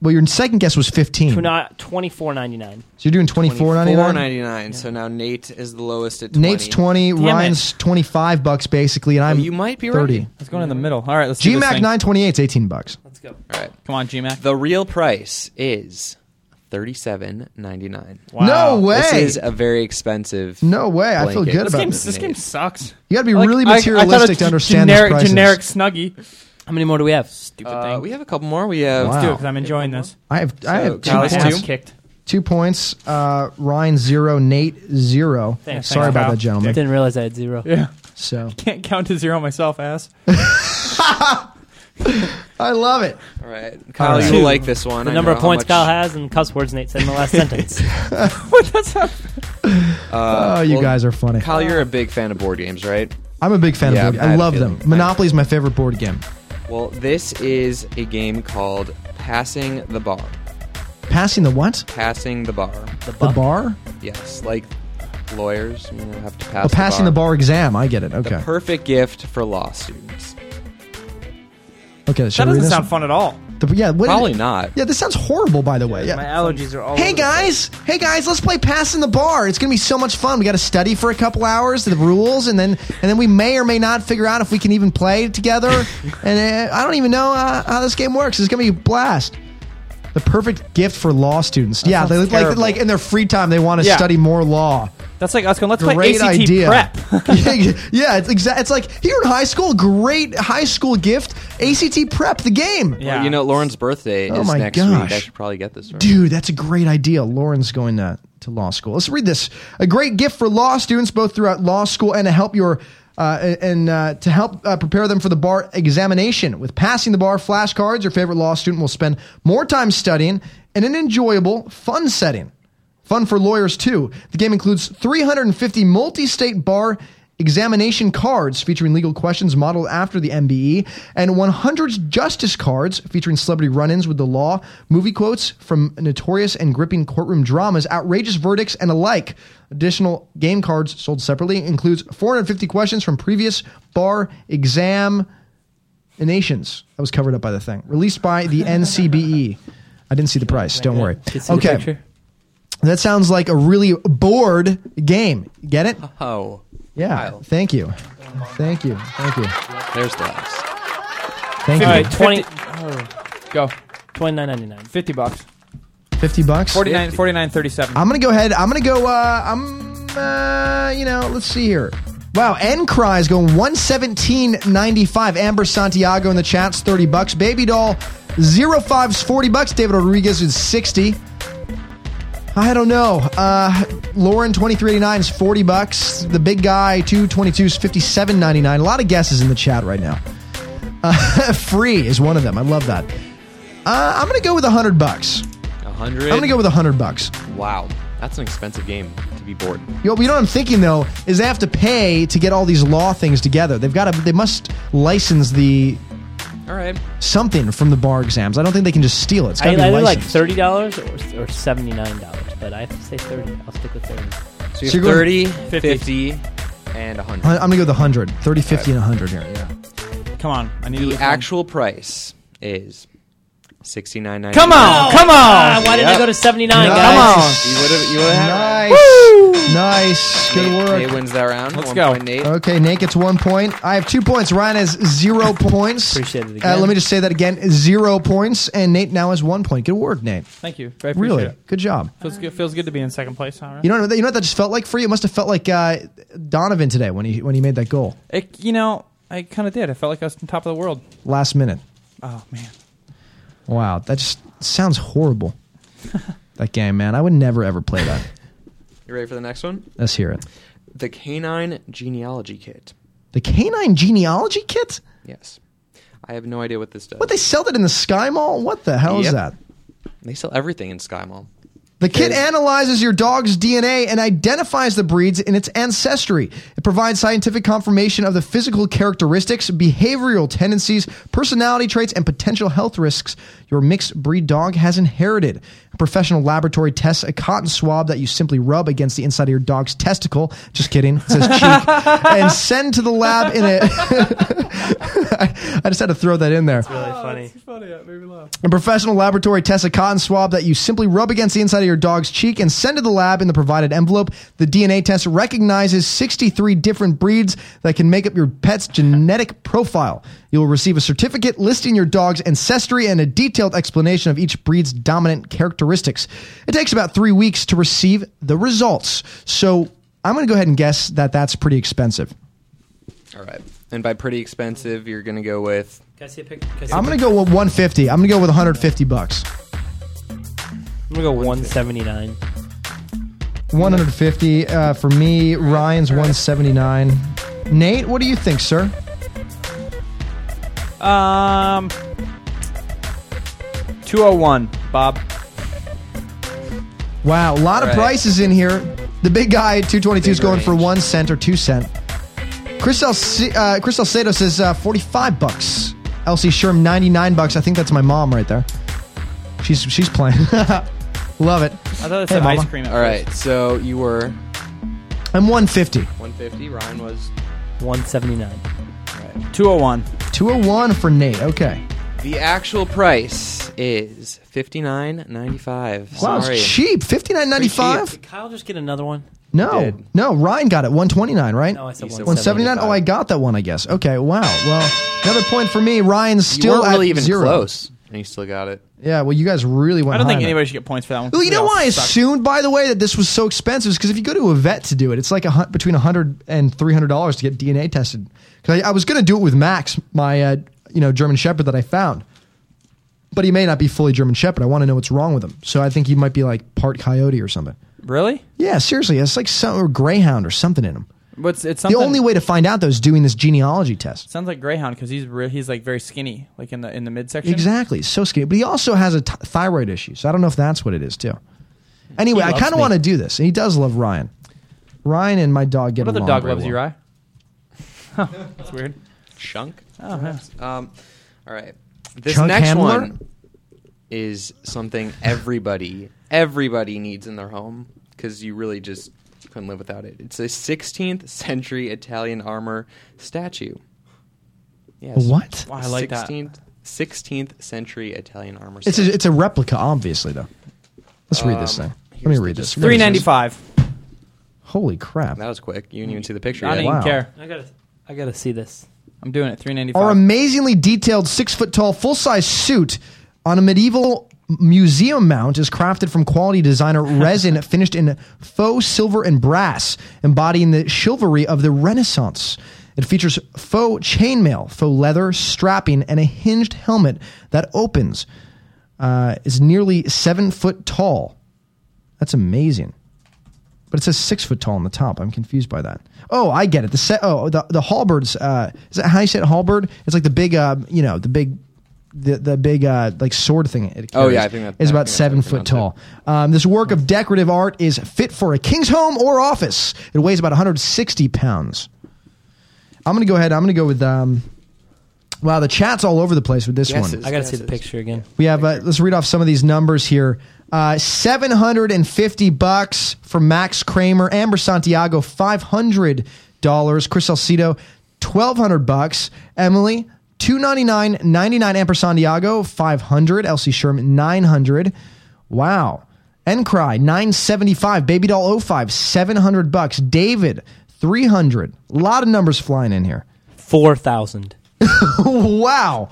Well, your second guess was 15. Tw- So not 24.99. you're doing 24.99. 499. So now Nate is the lowest at 20. Nate's 20, Damn it. Oh, Ryan's 25 bucks basically, and I'm you might be right. 30. Let's go in the middle. All right, let's do this GMAC thing. 928 is 18 bucks. Let's go. All right. Come on, GMAC. The real price is thirty-seven ninety-nine. Wow. No This way. is a very expensive. No way. I feel blanket. good This about game- this. this game sucks. You got to be Like, really I- I thought materialistic it's to understand generic, these prices. generic snuggie. How many more do we have? Stupid thing. Uh, We have a couple more. We have. Let's do it Wow. because I'm enjoying this. I have I So, have two Kyle, it's points. two? Kicked. Two points. Uh, Ryan zero. Nate zero. Thanks, Sorry thanks, about Kyle. that, gentlemen. Didn't realize I had zero. Yeah. So Can't count to zero myself, ass. I love it. All right, Kyle, Two. you like this one. The I number know of how points much- Kyle has and cuss words Nate said in the last sentence. Uh, Oh, you well, guys are funny. Kyle, you're a big fan of board games, right? I'm a big fan Yeah, of board. I I had a love them. feeling. Monopoly is my favorite board game. Well, this is a game called Passing the Bar. Passing the what? Passing the bar. The bar? Yes, like lawyers you know, have to pass. Oh, passing the bar. exam. I get it. The Okay. perfect gift for law students. Okay. That Should we read doesn't this sound fun at all. one? The- yeah. What Probably not. Yeah, this sounds horrible. By the way. Yeah. allergies are all. Hey guys, hey guys, let's play passing the bar. It's gonna be so much fun. We got to study for a couple hours the rules, and then and then we may or may not figure out if we can even play together. and uh, I don't even know uh, how this game works. It's gonna be a blast. The perfect gift for law students. yeah, they sounds like terrible. like in their free time they want to Yeah. study more law. That's like us going. Let's play Great ACT idea. prep. yeah, it's exact. It's like here in high school, great high school gift, ACT prep, the game. Well, you know, Lauren's birthday Oh is my next gosh. week. I should probably get this. Right? Dude, that's a great idea. Lauren's going to, to law school. Let's read this. A great gift for law students, both throughout law school and to help your. Uh, and uh, to help uh, prepare them for the bar examination. With passing the bar flashcards, your favorite law student will spend more time studying in an enjoyable, fun setting. Fun for lawyers, too. The game includes 350 multi state bar examination cards featuring legal questions modeled after the MBE and 100 justice cards featuring celebrity run ins with the law, movie quotes from notorious and gripping courtroom dramas, outrageous verdicts, and alike. Additional game cards sold separately includes 450 questions from previous bar exam nations. That was covered up by the thing. Released by the NCBE. E. I didn't see the price. Don't worry. Okay. That sounds like a really bored game. Get it? Oh, Yeah. Kyle. Thank you. Thank you. Thank you. there's the last. Thank All right, 20, you. Go. 29.99. 50 bucks. 50 bucks. 49, 49.37. I'm going to go ahead. I'm going to go uh I'm uh you know, let's see here. Wow, N Cry is going 117.95. Amber Santiago in the chat's 30 bucks. Baby Doll 05's 40 bucks. David Rodriguez is 60. I don't know. Uh, Lauren twenty three eighty nine is forty bucks. The big guy two twenty two is fifty seven ninety nine. A lot of guesses in the chat right now. Uh, free is one of them. I love that. Uh, I'm gonna go with hundred bucks. A hundred. I'm gonna go with hundred bucks. Wow, that's an expensive game to be bored. Yo, you know what I'm thinking though is they have to pay to get all these law things together. They've got to. They must license the All right. something from the bar exams. I don't think they can just steal it. It's I gotta be either like licensed. thirty dollars or, or seventy nine dollars, but I have to say thirty. I'll stick with thirty. So you So have you're going- 30, 50, and 100. I'm gonna go with 100, 30, 50, and 100 here. Yeah. Come on. I need to The lose one. actual price is sixty nine ninety. Come on. Come Ah, on. why didn't I go to seventy nine? Nice. guys? You would have. You would have. Nice. Nice. Good work. Uh, Nate wins that round. Let's One go. point, Nate. Okay, Nate gets one point. I have two points. Ryan has zero points. Appreciate it Uh, again. let me just say that again: zero points, and Nate now has one point. Good work, Nate. Thank you. I appreciate Really, it. good job. Feels good, feels good to be in second place. All right. You know, what- you know what that just felt like for you? It must have felt like uh, Donovan today when he when he made that goal It, you know, I kind of did. I felt like I was on top of the world. last minute. Oh, man. Wow, that just sounds horrible. that game, man. I would never ever play that. You ready for the next one? Let's hear it. The canine genealogy kit. The canine genealogy kit? Yes. I have no idea what this does. What they sell that in the Sky Mall? What the hell is Yep. that? They sell everything in Sky Mall. The kit analyzes your dog's DNA and identifies the breeds in its ancestry. It provides scientific confirmation of the physical characteristics, behavioral tendencies, personality traits, and potential health risks your mixed breed dog has inherited. A professional laboratory tests a cotton swab that you simply rub against the inside of your dog's testicle. Just kidding. It says cheek. and send to the lab in a. I I just had to throw that in there. funny. A professional laboratory tests a cotton swab that you simply rub against the inside of your dog's cheek and send to the lab in the provided envelope. The DNA test recognizes 63 different breeds that can make up your pet's genetic profile. You will receive a certificate listing your dog's ancestry and a detailed explanation of each breed's dominant characteristics. It takes about three weeks to receive the results. So I'm going to go ahead and guess that that's pretty expensive. All right. And by pretty expensive, you're going to go with. Can I see a picture? Can I see a I'm going pic- to go with 150. I'm going to go with 150 bucks. I'm gonna go 179. 150 uh, for me. Ryan's 179. Nate, what do you think, sir? Um, 201, Bob. Wow, a lot of Right. prices in here. The big guy at 222 is Big going for range. one cent or two cent. Chris, Alce- uh, Chris Alcedo says uh, 45 bucks. Elsie Sherm 99 bucks. I think that's my mom right there. She's she's playing. Love it. I thought it Hey, said Mama. ice cream. All right. So you were I'm 150. 150. Ryan was 179. 201. 201 for Nate. Okay. The actual price is fifty nine ninety five. Wow, it's Sorry. cheap. 59.95? Did Kyle just get another one? No, no. Ryan got it. One twenty nine, right? No, I said one seventy nine. Oh, I got that one. I guess. Okay. Wow. Well, another point for me. Ryan's You still weren't really at even zero. close, and you still got it. Yeah. Well, you guys really went. I don't think high on anybody should get points for that one. that. Well, you We know all why I suck. assumed, by the way, that this was so expensive is because if you go to a vet to do it, it's like a hun- between a hundred and three hundred dollars to get DNA tested. 'Cause I, I was going to do it with Max, my uh, you know German Shepherd that I found, but he may not be fully German Shepherd. I want to know what's wrong with him, so I think he might be like part coyote or something. Really? Yeah, seriously, it's like some or greyhound or something in him. What's it's something? The only way to find out though is doing this genealogy test. sounds like Greyhound because he's re- he's like very skinny, like in the in the midsection. Exactly. So skinny. But he also has a t- thyroid issue. So I don't know if that's what it is too. Anyway, He I loves kind of me. want to do this. And he does love Ryan. Ryan and my dog get What other along. dog very loves well. you, Rye? That's weird. Chunk. Oh, Perhaps. Um, all right. This Chunk next handler? one is something everybody everybody needs in their home because you really just couldn't live without it. It's a 16th century Italian armor statue. Yes. What? Wow, I like that. 16th, 16th century Italian armor. It's a, it's a replica, obviously, though. Let's read this Um, thing. Let me here's read the this. Three ninety five. Holy crap. That was quick. You didn't even see the I picture. don't yet. even care. I gotta, I gotta see this. I'm doing it. Three ninety Our five. amazingly detailed six foot tall full size suit on a medieval museum mount is crafted from quality designer resin finished in faux silver and brass, embodying the chivalry of the Renaissance. It features faux chainmail, faux leather, strapping, and a hinged helmet that opens. Uh, is nearly seven foot tall. That's amazing. But it says six foot tall on the top. I'm confused by that. Oh, I get it. The set. Oh, the the halberds. Uh, is that how you say it? Halberd. It's like the big. Uh, you know, the big. The, the big uh, like sword thing it Oh, yeah, carries I think that- is I about think that's seven how you foot tall. Um, this work of decorative art is fit for a king's home or office. It weighs about 160 pounds. I'm gonna go ahead. I'm gonna go with um, wow. The chat's all over the place with this one. I gotta see the picture again. We have. Uh, let's read off some of these numbers here. Uh, Seven hundred and fifty bucks for Max Kramer, Amber Santiago, five hundred dollars. Chris Alcido, twelve hundred bucks. Emily, two ninety nine ninety nine. Amber Santiago, five hundred. Elsie Sherman, nine hundred. Wow. Encry, nine seventy five. Baby doll 05, 700 bucks. David, three hundred. A lot of numbers flying in here. Four thousand. wow.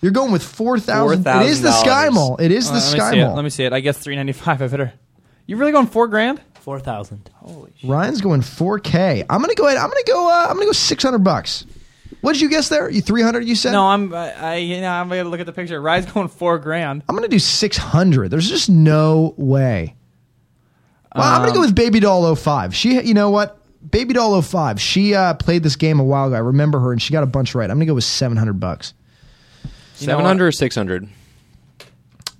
You're going with four thousand. It is the Sky $4,000. Mall. It is the Uh, let Sky me see it. Mall. Let me see it. I guess three ninety five. I better. You really going four grand? Four thousand. Ryan's going 4K. I'm gonna go ahead. I'm gonna go. Uh, I'm gonna go 600 bucks. What did you guess there? You 300? You said No, I'm. I, I you know I'm gonna look at the picture. Rye's going four grand. I'm gonna do 600. There's just no way. Well, I'm gonna go Um, with Baby Doll 05. She, you know what? Baby Doll 05. She uh, played this game a while ago. I remember her, and she got a bunch right. I'm gonna go with 700 bucks. know what? 700 or 600?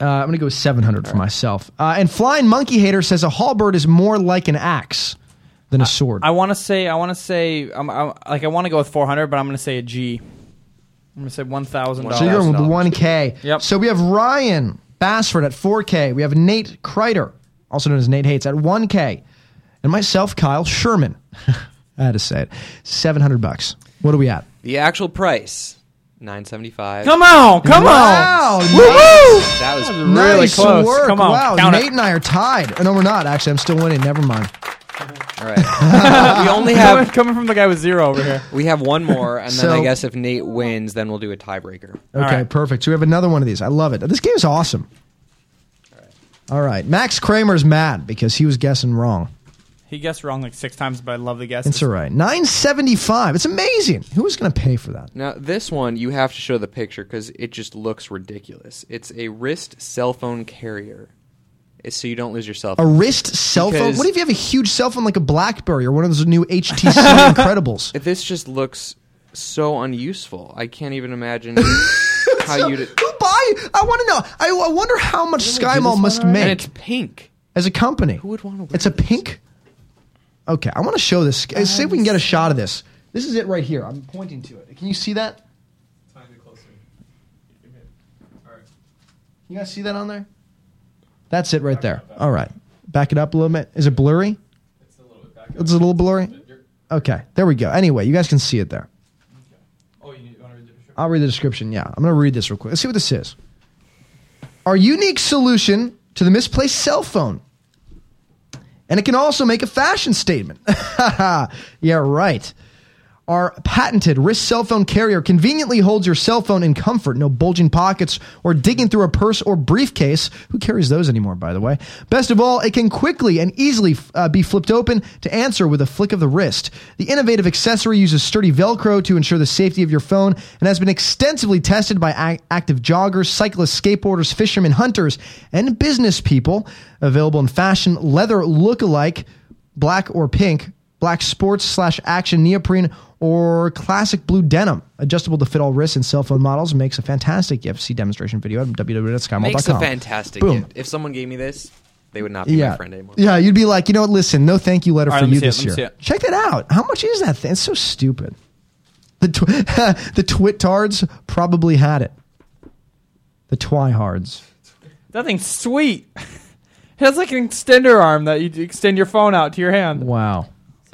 Uh, I'm going to go with 700 for myself. Uh, and Flying Monkey Hater says a halberd is more like an axe Uh, than a sword. I want to say I want to say um, I, like I want to go with 400, but I'm going to say a G. I'm going to say one thousand dollars. So you're going with 1K. Yep. Oh, So we have Ryan Bassford at 4K. We have Nate Kreider, also known as Nate Hates, at 1K. And myself, Kyle Sherman. I had to say it. 700 bucks. What are we at? The actual price, nine seventy five. Come on, come on. Wow, nice. Woohoo! That was really nice close. work. Come on, Wow, count it. Nate and I are tied. Uh, No, we're not, actually. I'm still winning. Never mind. All right. we only have coming from the guy with zero over here. We have one more, and then So- I guess if Nate wins, then we'll do a tiebreaker. Okay, perfect. So we have another one of these. I love it. This game's awesome. All right. Max Kramer's mad because he was guessing wrong. He guessed wrong like six times, but I love the guess. It's all right. 975. It's amazing. Who is going to pay for that? Now this one you have to show the picture because it just looks ridiculous. It's a wrist cell phone carrier, It's so you don't lose your cell A phone. wrist cell phone? Because What if you have a huge cell phone like a Blackberry or one of those new HTC Incredibles? This just looks so unuseful. I can't even imagine how So, you. would Who buy? I want to know. I, I wonder how much SkyMall must make. And it's pink. as a company. Who would want to? It's a pink. Okay, I want to show this. Uh, see if we can get a shot of this. This is it right here. I'm pointing to it. Can you see that? You guys see that on there? That's it right there. All right, back it up a little bit. Is it blurry? It's a little blurry. Okay, there we go. Anyway, you guys can see it there. Oh, I'll read the description. Yeah, I'm going to read this real quick. Let's see what this is. Our unique solution to the misplaced cell phone. And it can also make a fashion statement. yeah, right. Our patented wrist cell phone carrier conveniently holds your cell phone in comfort, no bulging pockets or digging through a purse or briefcase. Who carries those anymore, by the way? Best of all, it can quickly and easily uh, be flipped open to answer with a flick of the wrist. The innovative accessory uses sturdy Velcro to ensure the safety of your phone and has been extensively tested by ac- active joggers, cyclists, skateboarders, fishermen, hunters, and business people. Available in fashion, leather, look-alike, black or pink, black sports slash action neoprene or classic blue denim adjustable to fit all wrists and cell phone models makes a fantastic gift see demonstration video at www.skymall.com Makes a fantastic. Boom. gift. If someone gave me this, they would not be my yeah friend anymore. yeah you'd be like you know what listen no thank you letter All right, for let me you see it, let this me see year it. check that out how much is that thing it's so stupid the tw- the twittards probably had it the twihards That thing's sweet. It has like an extender arm that you extend your phone out to your hand. Wow.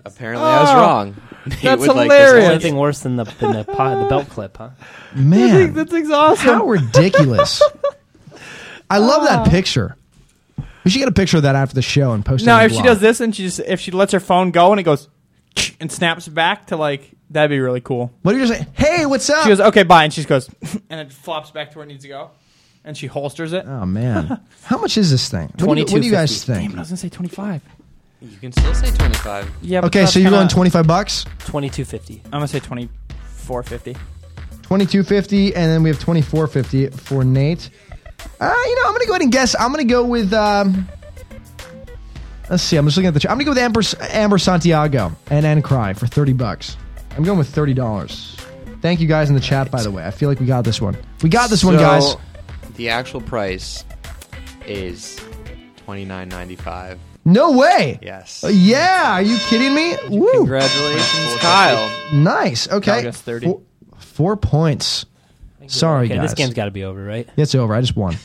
Apparently, I was Ah, wrong. would like That's this hilarious. one. Anything worse than the than the, po- the belt clip, huh? man That thing's awesome. How ridiculous. I love Ah. that picture. We should get a picture of that after the show and post it. No, on the if she blog. does this and she just if she lets her phone go and it goes and snaps back to like that'd be really cool. What do you say? Hey, what's up? She goes, okay, bye, and she just goes and it flops back to where it needs to go, and she holsters it. Oh man, how much is this thing? What do you, what do you guys 22.50. think? Damn, I was gonna say twenty five. You can still say twenty five. Yeah. but okay, that's so you're going kinda- twenty five bucks, Twenty two fifty. I'm gonna say twenty four fifty. twenty two fifty, and then we have twenty four fifty for Nate. Uh, you know, I'm gonna go ahead and guess. I'm gonna go with. Um, let's see. I'm just looking at the. Ch- I'm gonna go with Amber Amber Santiago and N Cry for thirty bucks. I'm going with thirty dollars. Thank you guys in the chat, by the way. I feel like we got this one. We got this one, So, guys. The actual price is twenty nine ninety five. No way. Yes. Uh, yeah. Are you kidding me? Woo. Congratulations, Kyle. Nice. Okay. Calgus 30. Four, four points. Sorry, Okay, guys. this game's got to be over, right? Yeah, it's over. I just won.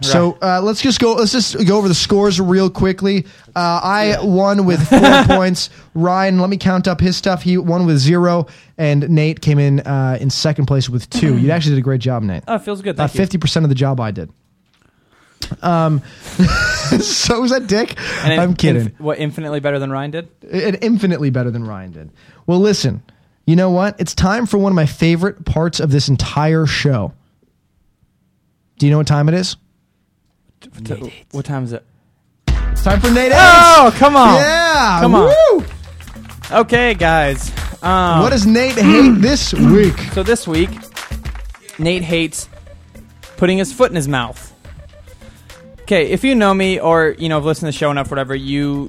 So uh, let's just go. Let's just go over the scores real quickly. Uh, I won with four points. Ryan, let me count up his stuff. He won with zero, and Nate came in uh, in second place with two. You actually did a great job, Nate. Uh, Oh, it feels good. Thank you. Fifty percent of the job I did. Um, so was that dick? And it- I'm kidding. inf- what infinitely better than Ryan did? and infinitely better than Ryan did. Well, listen, you know what? It's time for one of my favorite parts of this entire show. Do you know what time it is? What time is it? It's time for Nate. Oh, come on. Yeah, Come on. woo! Okay, guys. Um, What does Nate hate this week? So this week, Nate hates putting his foot in his mouth. Okay, if you know me or you know have listened to the show enough, whatever you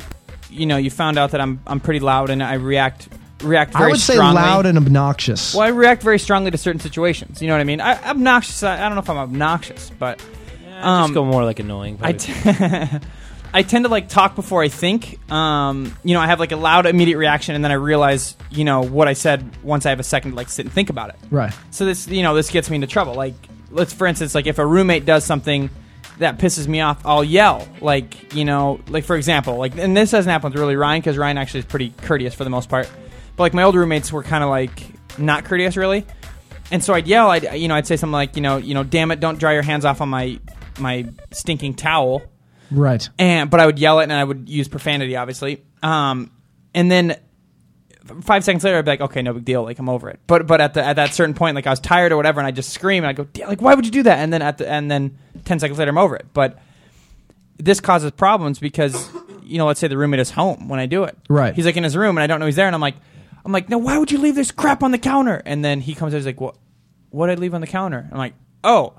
you know you found out that I'm I'm pretty loud and I react react. Very I would say strongly. loud and obnoxious. Well, I react very strongly to certain situations. You know what I mean? I, obnoxious. I, I don't know if I'm obnoxious, but Um, go more like annoying. I, t- I tend to like talk before I think. Um, you know, I have like a loud immediate reaction, and then I realize you know what I said once I have a second to like sit and think about it. Right. So this you know this gets me into trouble. Like let's for instance like if a roommate does something that pisses me off, I'll yell. Like you know like for example like and this doesn't happen with really Ryan because Ryan actually is pretty courteous for the most part. But like my old roommates were kind of like not courteous really. And so I'd yell, I'd you know, I'd say something like, you know, you know, damn it, don't dry your hands off on my my stinking towel. Right. And but I would yell it, and I would use profanity, obviously. Um, and then five seconds later, I'd be like, okay, no big deal, like I'm over it. But but at the at that certain point, like I was tired or whatever, and I just scream and I go, "Damn, like why would you do that? And then at the and then ten seconds later, I'm over it. But this causes problems because you know, let's say the roommate is home when I do it. Right. He's like in his room, and I don't know he's there, and I'm like, I'm like, no, why would you leave this crap on the counter? And then he comes out, he's like, what? What did I leave on the counter? I'm like, oh.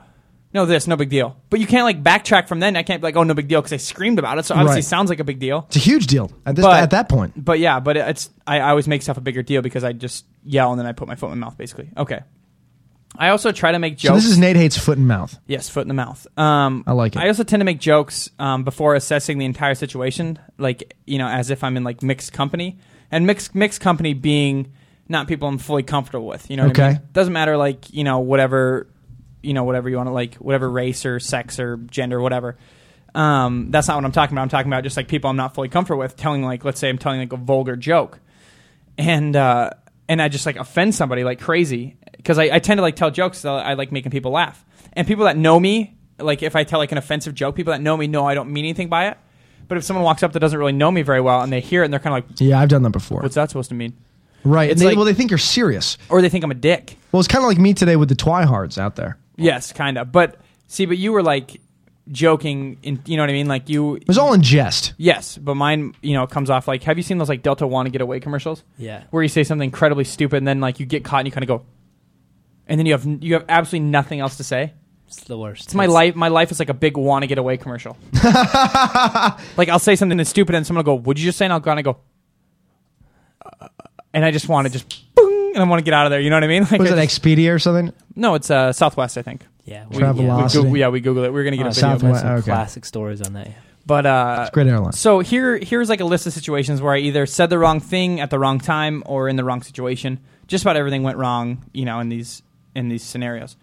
No, this, no big deal. But you can't like backtrack from then. I can't be like, oh, no big deal, because I screamed about it. So obviously, Right. it sounds like a big deal. It's a huge deal at this But- at that point. But yeah, but it's I, I always make stuff a bigger deal because I just yell and then I put my foot in my mouth basically. Okay. I also try to make So jokes. this is Nate hates foot and mouth. yes, foot in the mouth. Um, I like it. I also tend to make jokes um, before assessing the entire situation, like you know, as if I'm in like mixed company, and mixed mixed company being not people I'm fully comfortable with. You know, what I Okay. mean? doesn't matter like you know whatever, you know whatever you want to like whatever race or sex or gender whatever. Um, that's not what I'm talking about. I'm talking about just like people I'm not fully comfortable with telling like let's say I'm telling like a vulgar joke, and uh, and I just like offend somebody like crazy because I, I tend to like tell jokes that I like making people laugh and people that know me like if I tell like an offensive joke people that know me know I don't mean anything by it but if someone walks up that doesn't really know me very well and they hear it and they're kind of like Yeah, I've done that before. what's that supposed to mean Right. And It's they, like- well, they think you're serious. or they think I'm a dick Well, it's kind of like me today with the Twihards out there. yes kind of but see but you were like joking in you know what I mean like you It was all in jest. Yes, but mine, you know, comes off like. Have you seen those like Delta One to get away commercials? Yeah. where you say something incredibly stupid, and then like you get caught, and you kind of go, and then you have you have absolutely nothing else to say. It's the worst. It's my life. My life is like a big want to get away commercial. like I'll say something that's stupid, and someone will go, "Would you just say?" And I'll kind of go, uh, and I just want to just, boom, and I want to get out of there. You know what I mean? Like Was I it just- Expedia or something? no, it's uh, Southwest, I think. Yeah, we, Travelocity. yeah, we, Google- yeah, we Google it. We're gonna Uh, get Oh, a video. Southwest of it. had Classic stories on that. yeah. But uh, It's a great airline. So here, here's like a list of situations where I either said the wrong thing at the wrong time or in the wrong situation. Just about everything went wrong, you know, in these in these scenarios.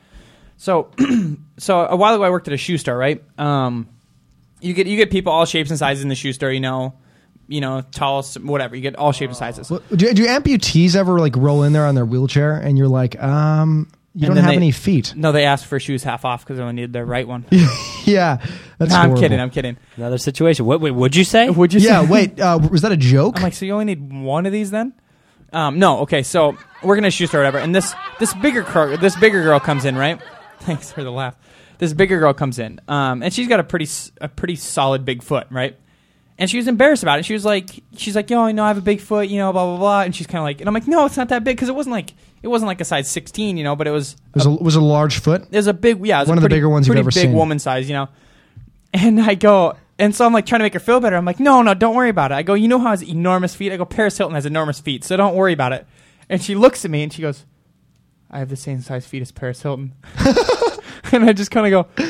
So, so a while ago I worked at a shoe store, right? Um, you get you get people all shapes and sizes in the shoe store, you know, you know, tall, s- whatever. You get all shapes and sizes. Do, do amputees ever like roll in there on their wheelchair and you're like, um, you don't And then have they- any feet? No, they asked for shoes half off because they only needed their right one. yeah, that's. Nah, I'm horrible. kidding. I'm kidding. Another situation. What? Wait, would you say? Would you? Yeah, say- wait, uh, was that a joke? I'm like, so you only need one of these then? Um, no, okay. So we're gonna shoe store or whatever, and this this bigger girl, this bigger girl comes in, right? Thanks for the laugh. This bigger girl comes in, um, and she's got a pretty s- a pretty solid big foot, right? And she was embarrassed about it. She was like, she's like, yo, I know I have a big foot, you know, blah blah blah. And she's kind of like, and I'm like, no, it's not that big because it wasn't like it wasn't like a size 16, you know, but it was It was a, was a large foot. it was a big, yeah, it was One a of the pretty- bigger ones you've pretty ever big seen. woman size, you know. And I go, and so I'm like trying to make her feel better. I'm like, no, no, don't worry about it. I go, you know how has enormous feet? I go, Paris Hilton has enormous feet, so don't worry about it. And she looks at me and she goes, I have the same size feet as Paris Hilton. and I just kind of go,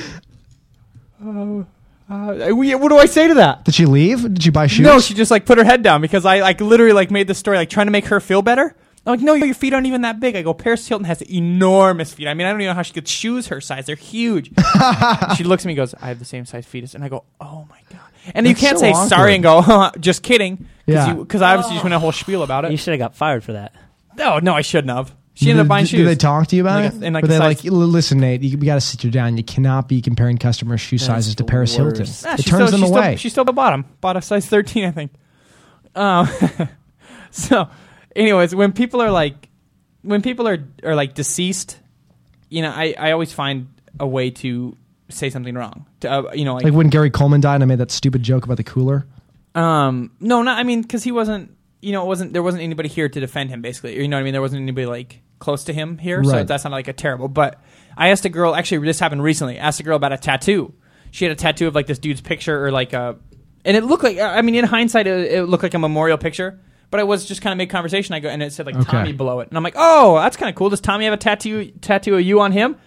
oh, uh, we- what do I say to that? Did she leave? Did she buy shoes? No, she just like put her head down because I like literally like made this story like trying to make her feel better. I'm like, no, your feet aren't even that big. I go, Paris Hilton has enormous feet. I mean, I don't even know how she gets shoes her size. They're huge. And she looks at me, and goes, I have the same size feet as, and I go, oh my god. And you That's can't so say awkward. sorry and go, just kidding, Yeah. because I obviously just went a whole spiel about You it. should have got fired for that. No, no, I shouldn't have. She ended Did- up buying did, shoes. Did they talk to you about Like a- it? in like Were a they like, size- "L- listen, Nate, you, we got to sit you down. You cannot be comparing customer shoe That's sizes to the Paris Hilton. worst. Nah, it she turns still, them she away. Still, Ah, she's still the bottom, bottom size thirteen, I think. Um, so, anyways, when people are like, when people are are like deceased, you know, I I always find a way to say something wrong. To, uh, you know, like, like when Gary Coleman died, and I made that stupid joke about the cooler. um, no, not I mean, because he wasn't, you know, it wasn't there wasn't anybody here to defend him, basically. You know what I mean? There wasn't anybody like close to him here, so Right. that's not like a terrible. But I asked a girl, actually, this happened recently. I asked a girl about a tattoo. She had a tattoo of like this dude's picture, or like a, and it looked like, I mean, in hindsight, it, it looked like a memorial picture. But I was just kind of mid conversation. I go and it said like Okay. Tommy below it, and I'm like, oh, that's kind of cool. Does Tommy have a tattoo tattoo of you on him?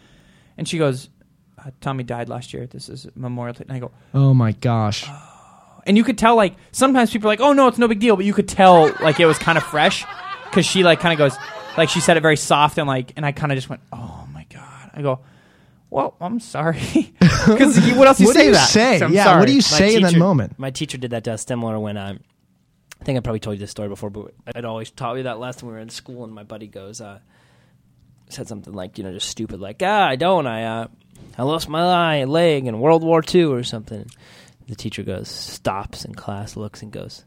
And she goes, uh, uh, Tommy died last year. This is Memorial Day. And I go, Oh my Uh, gosh. and you could tell like sometimes people are like, oh no, it's no big deal, but you could tell like it was kind of fresh because she like kind of goes, like she said it very soft and like, and I kind of just went, oh my god. I go, well, I'm sorry, because what else you What do say you that? say? So I'm Yeah, sorry. what do you My say in that teacher- moment? My teacher did that to us similar when um, I think I probably told you this story before, but I'd always taught you that lesson. We were in school, and my buddy goes, uh, said something like, you know, just stupid, like, ah, I don't, I, uh, I lost my eye, leg in World War II or something. The teacher goes, stops in class, looks, and goes,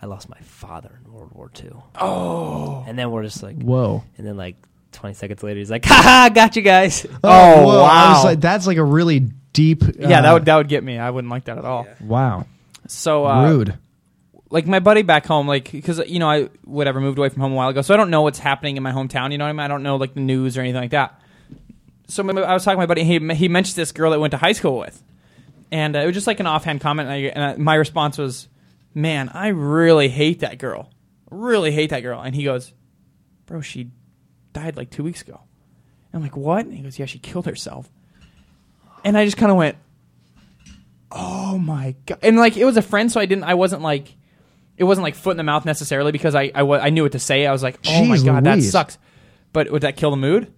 I lost my father in World War II. Oh. And then we're just like, Whoa. And then like 20 seconds later, he's like, ha ha, got you guys. Oh, whoa. I was like, that's like a really deep. Oh, yeah, that uh, would that would get me. I wouldn't like that at all. Wow. So uh, Rude. Like my buddy back home, like because you know I whatever moved away from home a while ago, so I don't know what's happening in my hometown. You know what I mean? I don't know like the news or anything like that. So my, I was talking to my buddy. And he he mentioned this girl that went to high school with, and uh, it was just like an offhand comment. And, I, and I, my response was, "Man, I really hate that girl. Really hate that girl." And he goes, "Bro, she died like two weeks ago." And I'm like, "What?" And he goes, "Yeah, she killed herself." And I just kind of went, oh my god and like it was a friend so i didn't i wasn't like it wasn't like foot in the mouth necessarily because i i, wa- I knew what to say i was like oh my Jeez god that Louise. sucks but would that kill the mood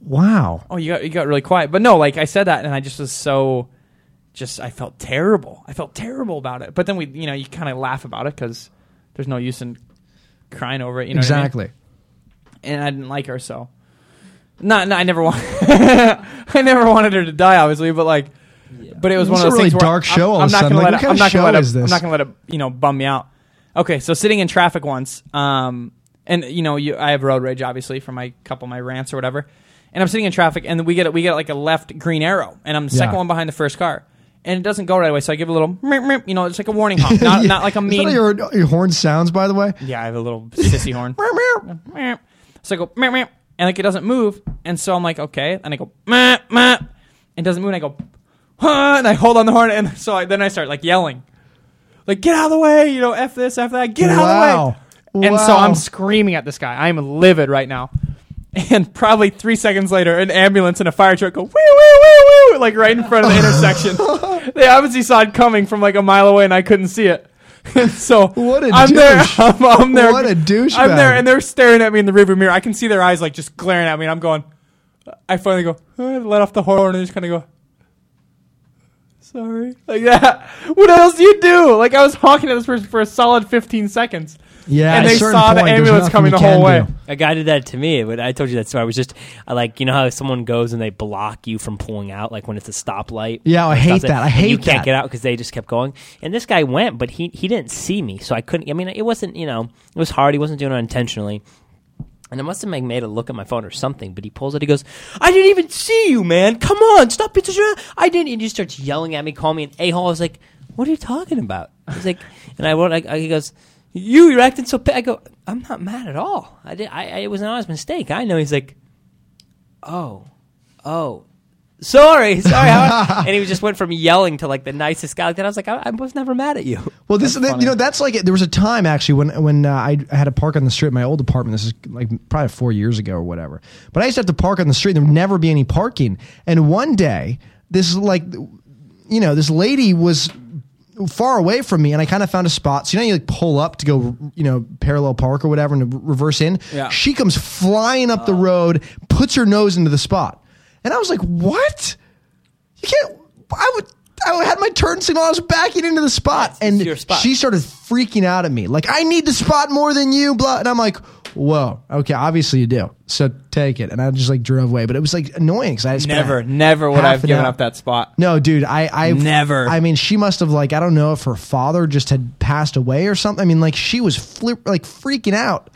Wow. oh you got you got really quiet but no like i said that and i just was so just i felt terrible i felt terrible about it but then we you know you kind of laugh about it because there's no use in crying over it you know what I mean? exactly. and I didn't like her, so not. No, I never want. I never wanted her to die, obviously, but like, but it was This one is of a those really things where dark show all of I'm, I'm a not sudden. gonna Like, let. what it- kind I'm of not gonna show let it. is this? I'm not gonna let it. You know, bum me out. Okay, so sitting in traffic once, um, and you know, you, I have road rage obviously from my couple of my rants or whatever, and I'm sitting in traffic, and we get we get like a left green arrow, and I'm the Yeah. second one behind the first car. And it doesn't go right away, so I give it a little, meep, meep, you know, it's like a warning honk, not, Yeah. not like a Is that mean. how your, your horn sounds, by the way? Yeah, I have a little sissy horn. Meow. so I go, meow, meow, and like it doesn't move. And so I'm like, okay. And I go, meow, meow. It doesn't move. And I go, huh, and I hold on the horn. And so I, then I start like yelling, like, get out of the way. You know, F this, F that. Get out Wow. of the way. And so Wow. I'm screaming at this guy. I'm livid right now. And probably three seconds later, an ambulance and a fire truck go, woo, woo, woo, woo, like right in front of the intersection. They obviously saw it coming from like a mile away and I couldn't see it. And so What a I'm there. douche. I'm, I'm there. What a douchebag. I'm there, and they're staring at me in the rearview mirror. I can see their eyes like just glaring at me, and I'm going. I finally go "Uh," let off the horn and just kind of go sorry like that. What else do you do? Like I was honking at this person for a solid 15 seconds. Yeah, and at a they certain saw point, the there's ambulance nothing coming you the whole can way. do. A guy did that to me. But I told you that story. I was just I like you know how someone goes and they block you from pulling out, like when it's a stoplight. Yeah, I or hate something, that. I and you hate can't that. get out because they just kept going. And this guy went, but he he didn't see me, so I couldn't. I mean, it wasn't you know it was hard. He wasn't doing it intentionally. And I must have made, made a look at my phone or something, but he pulls it. He goes, "I didn't even see you, man. Come on, stop it! I didn't." And he starts yelling at me, calling me an a hole. I was like, "What are you talking about?" He's like, and I wrote, like, he goes, "You, you're acting so." Pa-. I go, "I'm not mad at all. I did. I, I it was an honest mistake. I know." He's like, "Oh, oh." Sorry, sorry. How and he just went from yelling to like the nicest guy. Like that. I was like, I, I was never mad at you. Well, this is you know that's like there was a time actually when when uh, I had a park on the street in my old apartment. This is like probably four years ago or whatever. But I used to have to park on the street. and There would never be any parking. And one day, this like you know this lady was far away from me, and I kind of found a spot. So you know you like pull up to go you know parallel park or whatever and to reverse in. Yeah. She comes flying up the road, puts her nose into the spot, and I was like, what? You can't. I would. I had my turn signal. I was backing into the spot, and she started freaking out at me, like I need the spot more than you, blah. And I'm like, whoa, okay, obviously you do. So take it. And I just like drove away, but it was like annoying because I had spent Never, never would half I've an given hour- up that spot. No, dude, I, I Never. I mean, she must have like I don't know if her father just had passed away or something. I mean, like she was flip, like freaking out.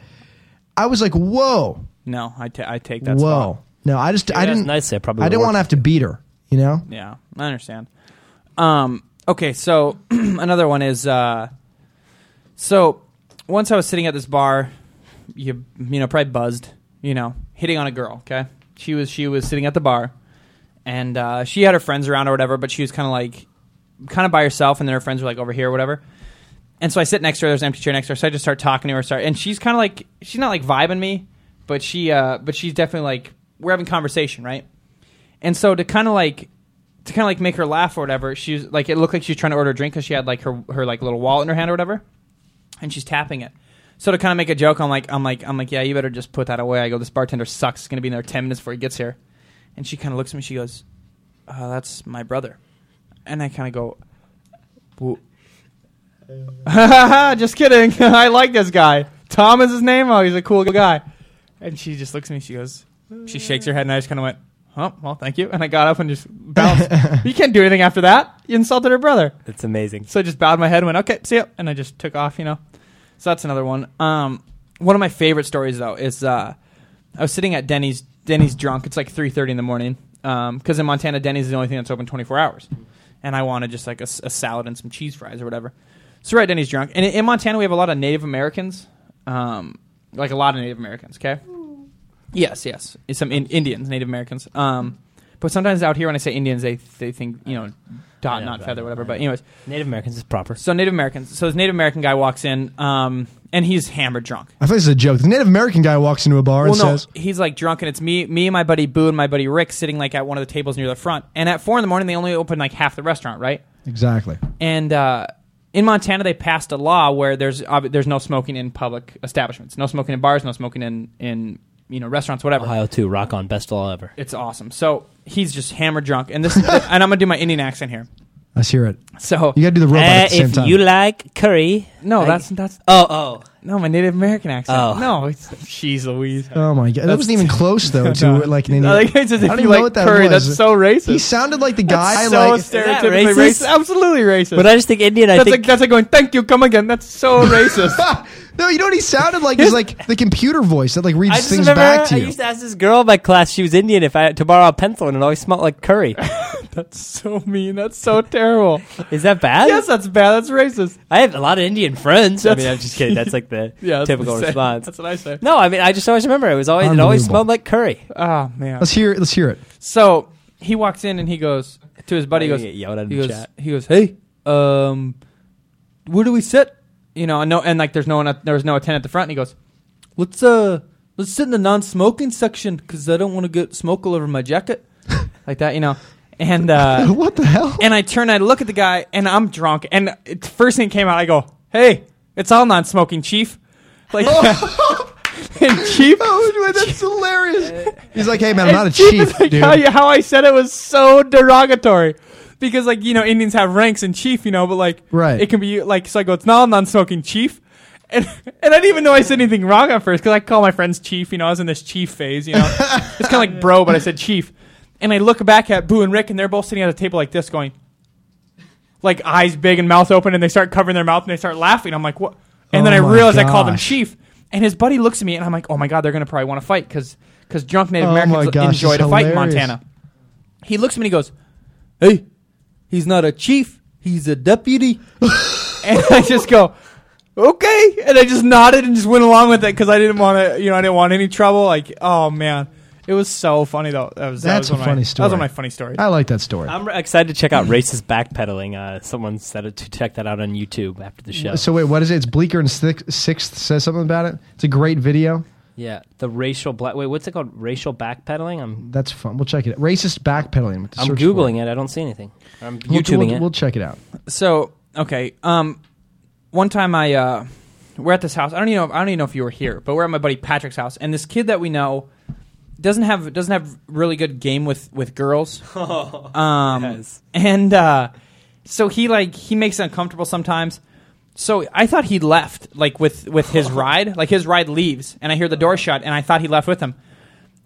I was like, whoa, No, I, ta- I take that whoa. spot. No, I just If I it was didn't. nice, I probably I didn't would've want to have to beat her. You know. Yeah, I understand. Um, okay, so another one is uh, so once I was sitting at this bar, you you know probably buzzed, you know, hitting on a girl. Okay, she was she was sitting at the bar, and uh, she had her friends around or whatever, but she was kind of like kind of by herself, and then her friends were like over here or whatever. And so I sit next to her. There's an empty chair next to her, so I just start talking to her. Start, and she's kind of like she's not like vibing me, but she uh, but she's definitely like we're having conversation, right? And so to kind of like to kind of like make her laugh or whatever, she's like it looked like she was trying to order a drink because she had like her her like little wallet in her hand or whatever, and she's tapping it. So to kind of make a joke, I'm like I'm like I'm like yeah, you better just put that away. I go, this bartender sucks. He's gonna be in there ten minutes before he gets here, and she kind of looks at me. She goes, uh, "That's my brother," and I kind of go, "Wh- just kidding. I like this guy. Tom is his name. Oh, he's a cool guy. And she just looks at me. She goes, she shakes her head, and I just kind of went, oh, well, thank you. And I got up and just bounced. you can't do anything after that. You insulted her brother. It's amazing. So I just bowed my head and went, okay, see ya. And I just took off, you know. So that's another one. Um, one of my favorite stories though is uh, I was sitting at Denny's. Denny's drunk. It's like three thirty in the morning because in Montana, Denny's is the only thing that's open twenty four hours. And I wanted just like a, s- a salad and some cheese fries or whatever. So right, Denny's drunk. And in, in Montana, we have a lot of Native Americans, um, like a lot of Native Americans. Okay. Yes, yes. It's Some in- Indians, Native Americans. Um, but sometimes out here, when I say Indians, they they think you know, dot, I know, not but- feather, whatever. But anyways, Native Americans is proper. So Native Americans. So this Native American guy walks in, um, and he's hammered drunk. I feel like this is a joke. The Native American guy walks into a bar and says, he's like drunk, and it's me, me, and my buddy Boo, and my buddy Rick sitting like at one of the tables near the front. And at four in the morning, they only open like half the restaurant, right? Exactly. And uh, in Montana, they passed a law where there's ob- there's no smoking in public establishments, no smoking in bars, no smoking in in you know restaurants, whatever. Uh-huh. Ohio too. Rock on. Best law ever. It's awesome. So he's just hammered drunk, and this and I'm gonna do my Indian accent here. Let's hear it. So you got to do the Eh, robot at the same time. like curry, no, I- that's that's oh oh no, my Native American accent. Oh. No, it's she's Louise. Oh my god, that wasn't even close though to like an Indian. No, that guy says, I "If don't you even like know what that curry, was. that's so racist." He sounded like the guy That's like so stereotypically racist? racist? Absolutely racist. But I just think Indian, I that's think- like that's like going, "Thank you, come again." That's so racist. no, you know what he sounded like is like the computer voice that like reads I just things remember back to I you. used to ask this girl in my class. She was Indian. If I to borrow a pencil, and it always smelled like curry. that's so mean. That's so terrible. Is that bad? Yes, that's bad. That's racist. I have a lot of Indian friends. I That's- mean, I'm just kidding. That's like the Yeah, that's typical what I say. response. That's what I say. No, I mean, I just always remember it was always it always Unbelievable. smelled like curry. Oh man. Let's hear. Let's hear it. So he walks in and he goes to his buddy. He Why goes, do you get yelled at in he, the goes chat? he goes, hey, um, where do we sit? You know, and no, and like there's no one, at, there's no attendant at the front. And he goes, let's uh, let's sit in the non-smoking section because I don't want to get smoke all over my jacket, like that, you know. And uh, what the hell? And I turn, I look at the guy, and I'm drunk. And it, first thing came out, I go, hey, it's all non-smoking, chief. Like. And chief, oh, that's hilarious. He's like, hey man, I'm and not a chief chief, is, like, dude. How, you- how I said it was so derogatory. Because like you know Indians have ranks and chief you know but like Right. it can be like so I go it's not a non-smoking chief and and I didn't even know I said anything wrong at first because I call my friends chief you know I was in this chief phase you know it's kind of like bro but I said chief and I look back at Boo and Rick and they're both sitting at a table like this going like eyes big and mouth open and they start covering their mouth and they start laughing I'm like what and then Oh I my realize I called him gosh. chief and his buddy looks at me and I'm like oh my god they're gonna probably want to fight because because drunk Native Oh my Americans gosh, enjoy it's to fight in hilarious. Montana. He looks at me and he goes, Hey, he's not a chief, he's a deputy. and I just go, Okay. And I just nodded and just went along with it because I didn't want to, you know, I didn't want any trouble. Like, oh man. It was so funny though. That was, that That's was one a of my- funny That was story. one of my funny stories. I like that story. I'm re- excited to check out racist backpedaling. Uh, someone said it to check that out on YouTube after the show. So wait, what is it? It's Bleecker and Sixth, Sixth says something about it. It's a great video. yeah, the racial black. Wait, what's it called? Racial backpedaling. I'm That's fun. We'll check it. out. Racist backpedaling. with the I'm search googling for it. I don't see anything. I'm We'll- YouTubing we'll, it. We'll check it out. So okay, um, one time I uh, we're at this house. I don't even know. I don't even know if you were here, but we're at my buddy Patrick's house, and this kid that we know doesn't have doesn't have really good game with with girls. um, and uh, so he like he makes it uncomfortable sometimes. So I thought he left like with with his ride, like his ride leaves, and I hear the door shut, and I thought he left with him.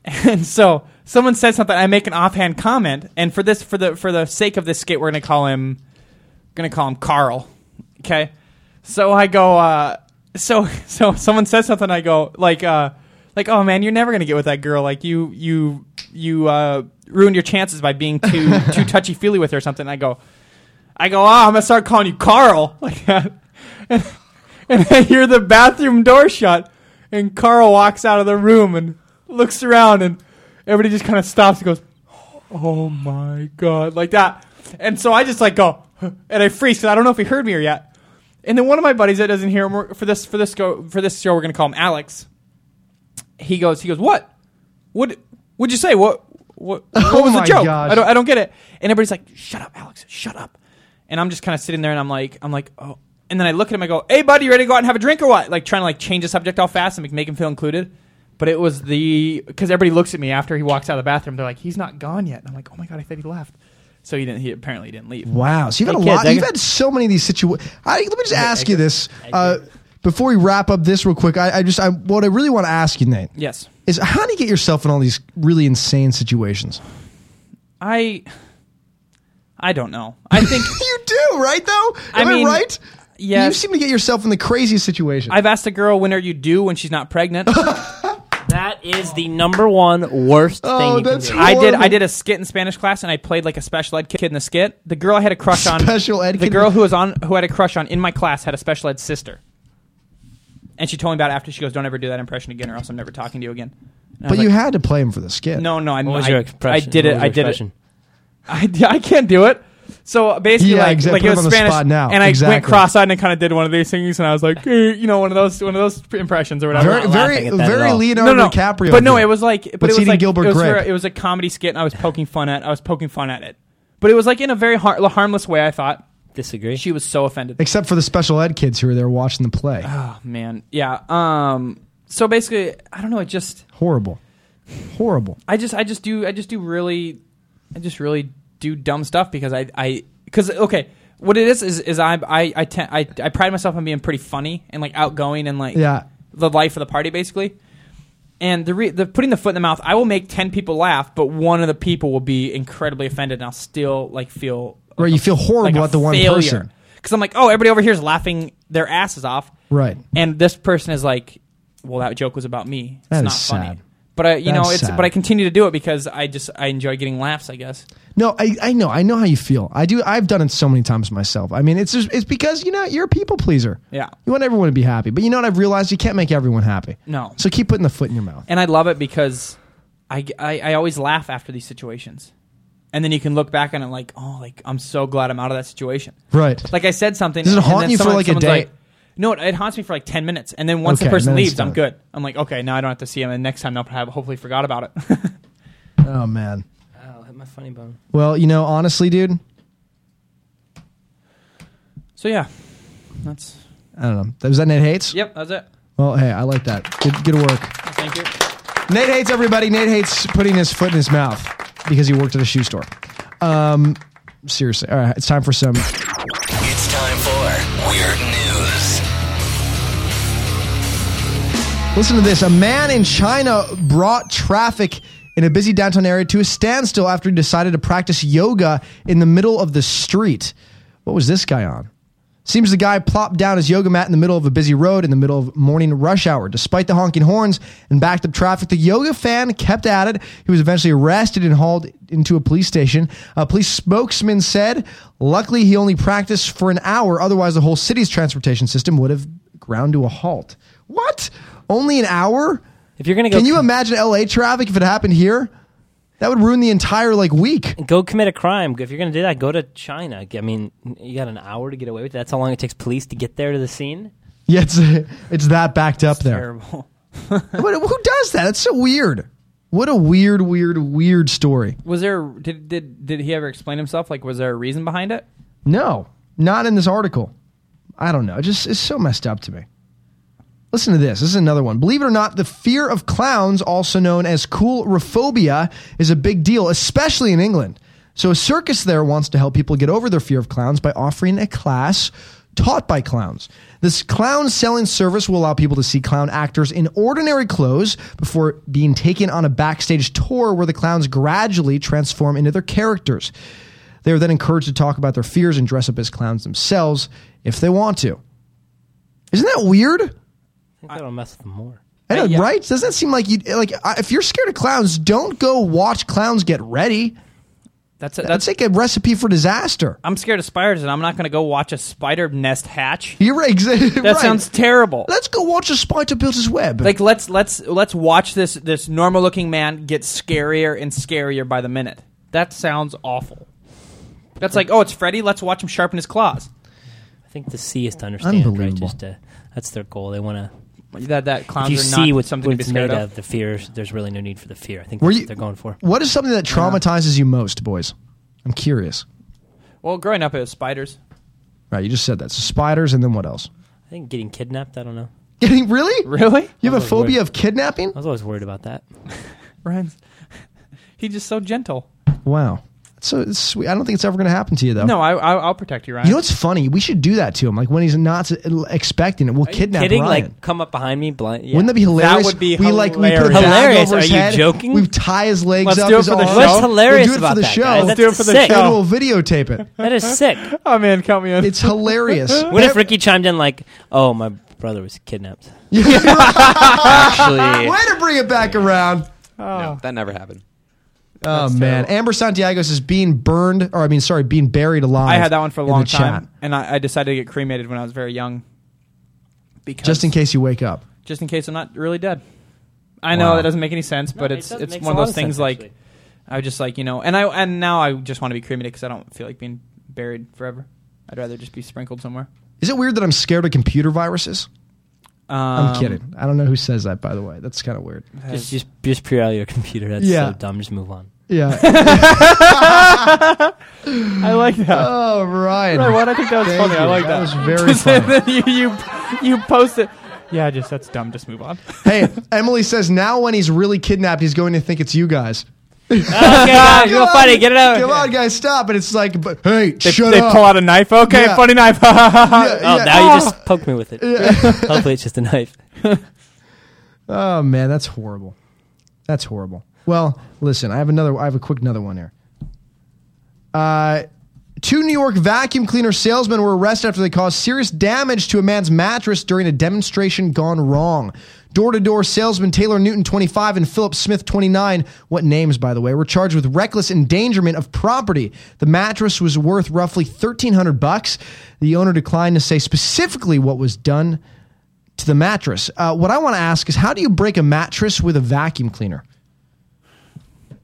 And so someone said something. I make an offhand comment, and for this, for the for the sake of this skit, we're gonna call him, gonna call him Carl. Okay. So I go. uh So so someone says something. I go like uh like oh man, you're never gonna get with that girl. Like you you you uh ruined your chances by being too too touchy feely with her or something. I go. I go. Oh, I'm gonna start calling you Carl like that. And, and I hear the bathroom door shut, and Carl walks out of the room and looks around, and everybody just kind of stops and goes, "Oh my god!" like that. And so I just like go, "Huh," and I freeze 'cause I don't know if he heard me or yet. And then one of my buddies that doesn't hear him we're- for this for this go for this show, we're gonna call him Alex. He goes, he goes, what? What? What'd you say? What? what, Oh what was the my joke? gosh. I don't, I don't get it. And everybody's like, shut up, Alex, shut up. And I'm just kind of sitting there and I'm like, I'm like, oh. And then I look at him, I go, hey, buddy, you ready to go out and have a drink or what? Like trying to like change the subject all fast and make, make him feel included. But it was the, because everybody looks at me after he walks out of the bathroom. They're like, he's not gone yet. And I'm like, oh my God, I thought he left. So he didn't, he apparently didn't leave. Wow. So you've had Hey, a kids, lot. I You've got- had so many of these situations. Let me just I- I ask you get- this uh, before we wrap up this real quick. I, I just I, what I really want to ask you, Nate. Yes. Is how do you get yourself in all these really insane situations? I, I don't know. I think you do, right? Though, Am I right? Yes. You seem to get yourself in the craziest situation. I've asked a girl, when are you due when she's not pregnant? That is the number one worst Oh, thing you can do. I did. I did a skit in Spanish class, and I played like a special ed kid in the skit. The girl I had a crush on. Special ed The kid? girl who was on who had a crush on in my class had a special ed sister, and she told me about it after. She goes, "Don't ever do that impression again, or else I'm never talking to you again." And I but was you like, had to play him for the skit. No, no. I'm, What was I, your I expression? did What it. was I your did expression? it. I, d- I can't do it. So basically, Yeah, like, exact- like put it him was on the Spanish, spot now. and I went Exactly. cross-eyed and kind of did one of these things, and I was like, eh, you know, one of those, one of those impressions or whatever. Very- I'm not very- laughing at that at very all. Leonardo no, no. DiCaprio But no, did. it was like, What's but it was eating like Gilbert it was, for, Grape? it was a comedy skit, and I was poking fun at, I was poking fun at it, but it was like in a very har- harmless way. I thought. Disagree. She was so offended. Except for the special ed kids who were there watching the play. Oh man, yeah. Um. So basically, I don't know. It just Horrible. Horrible. I just I just do I just do really I just really do dumb stuff because I I because okay what it is is is I I I, te- I I pride myself on being pretty funny and like outgoing and like Yeah. the life of the party basically. And the, re- the putting the foot in the mouth, I will make ten people laugh, but one of the people will be incredibly offended, and I'll still like feel Right, you feel horrible at the one person. because I'm like, oh, everybody over here is laughing their asses off, Right. and this person is like, well, that joke was about me. It's That not is funny. sad. But I, you That's know, it's sad. but I continue to do it because I just I enjoy getting laughs. I guess. No, I, I know. I know how you feel. I do. I've done it so many times myself. I mean, it's just, it's because, you know, you're a people pleaser. Yeah. You want everyone to be happy. But you know what I've realized? You can't make everyone happy. No. So keep putting the foot in your mouth. And I love it because I, I I always laugh after these situations, and then you can look back on it like, oh, like I'm so glad I'm out of that situation. Right. Like I said something. Does it and haunt then you for, someone- like, a someone's day? no, it, it haunts me for like ten minutes, and then once Okay, the person and then leaves, it's I'm done. good. I'm like, okay, now I don't have to see him, and next time they'll have hopefully forgot about it. Oh, man. Oh, hit my funny bone. Well, you know, honestly, dude, so yeah, that's I don't know. Was that Nate Hates? yep, that's it. Well, hey, I like that. Good, good work. Thank you. Nate hates everybody. Nate hates putting his foot in his mouth because he worked at a shoe store. Um, seriously. All right, it's time for some. It's time for Weird News. Listen to this. A man in China brought traffic in a busy downtown area to a standstill after he decided to practice yoga in the middle of the street. What was this guy on? Seems the guy plopped down his yoga mat in the middle of a busy road in the middle of morning rush hour. Despite the honking horns and backed up traffic, the yoga fan kept at it. He was eventually arrested and hauled into a police station. A police spokesman said, luckily he only practiced for an hour, otherwise the whole city's transportation system would have ground to a halt. What? Only an hour? If you're gonna go, Can you imagine LA traffic if it happened here? That would ruin the entire like week. go commit a crime. If you're gonna do that, go to China. I mean, you got an hour to get away with. It. That's how long it takes police to get there to the scene. Yeah, it's, it's that backed up there. Terrible. but who does that? That's so weird. What a weird, weird, weird story. Was there did did did he ever explain himself? Like, was there a reason behind it? No, not in this article. I don't know. It just it's so messed up to me. Listen to this. This is another one. Believe it or not, the fear of clowns, also known as coulrophobia, is a big deal, especially in England. So a circus there wants to help people get over their fear of clowns by offering a class taught by clowns. This clown selling service will allow people to see clown actors in ordinary clothes before being taken on a backstage tour where the clowns gradually transform into their characters. They are then encouraged to talk about their fears and dress up as clowns themselves if they want to. Isn't that weird? I think that'll mess with them more. I know, right? Doesn't that seem like you like I- if you're scared of clowns, don't go watch clowns get ready. That's it. That's like That's. a recipe for disaster. I'm scared of spiders, and I'm not going to go watch a spider nest hatch. You're right. That That sounds terrible. Let's go watch a spider build his web. Like let's let's let's watch this this normal looking man get scarier and scarier by the minute. That sounds awful. That's like oh it's Freddy. Let's watch him sharpen his claws. I think the sea is to understand. Right? Unbelievable. Just to, that's their goal. They want to that that clowns if you are see not what something to what be it's scared made of. of, the fears, there's really no need for the fear. I think Were that's you- what they're going for. What is something that Yeah. traumatizes you most, boys? I'm curious. Well, growing up, it was spiders. Right, you just said that. So spiders, and then what else? I think getting kidnapped. I don't know. Getting really, Really? You I have a was always phobia worried- of kidnapping? I was always worried about that. Ryan's he's just so gentle. Wow. So it's sweet. I don't think it's ever going to happen to you, though. No, I, I I'll protect you, Ryan. You know what's funny? We should do that to him. Like when he's not s- expecting it, we'll kidnap Kidding? Ryan. Like come up behind me, blind. Yeah. Wouldn't that be hilarious? That would be we like we put a hilarious. bag Hilarious? Over his Are you head, joking? We tie his legs Let's up. do it his for the arms. show. What's We'll hilarious do it about for the that, show. guys? Let's do it for the Sick. show. And we'll videotape it. That is sick. oh man, count me in. It's hilarious. What if Ricky chimed in like, "Oh, my brother was kidnapped." Actually, Way to bring it back around. no, that never happened. Oh man, Amber Santiago says being burned, or I mean, sorry, being buried alive. I had that one for a in the long chat, time, and I, I decided to get cremated when I was very young. Because just in case you wake up. just in case I'm not really dead. I know Wow. that doesn't make any sense, No, but it it's does- it's makes one of a lot those of things sense, like actually. I just like you know, and I and now I just want to be cremated because I don't feel like being buried forever. I'd rather just be sprinkled somewhere. Is it weird that I'm scared of computer viruses? Um, I'm kidding. I don't know who says that, by the way. That's kind of weird. Just, just, just peer out your computer. That's Yeah. so dumb. Just move on. Yeah. I like that. oh, Ryan. Right, what? I think that was Thank funny. I you. like That that. was very Just- funny. then you, you you post it. Yeah, just that's dumb. Just move on. hey, Emily says now when he's really kidnapped, he's going to think it's you guys. okay, guys, Come go on, fight it. Get it out. Come on, guys, stop! And it's like, but, hey, They, shut they up! pull out a knife. Okay, Yeah. funny knife. Oh, Yeah. now you just poked me with it. Hopefully, it's just a knife. oh man, that's horrible. That's horrible. Well, listen, I have another. I have a quick another one here. Uh, two New York vacuum cleaner salesmen were arrested after they caused serious damage to a man's mattress during a demonstration gone wrong. Door to door salesman Taylor Newton, 25, and Philip Smith, 29, what names, by the way, were charged with reckless endangerment of property. The mattress was worth roughly 1300 bucks. The owner declined to say specifically what was done to the mattress. Uh, what I want to ask is how do you break a mattress with a vacuum cleaner?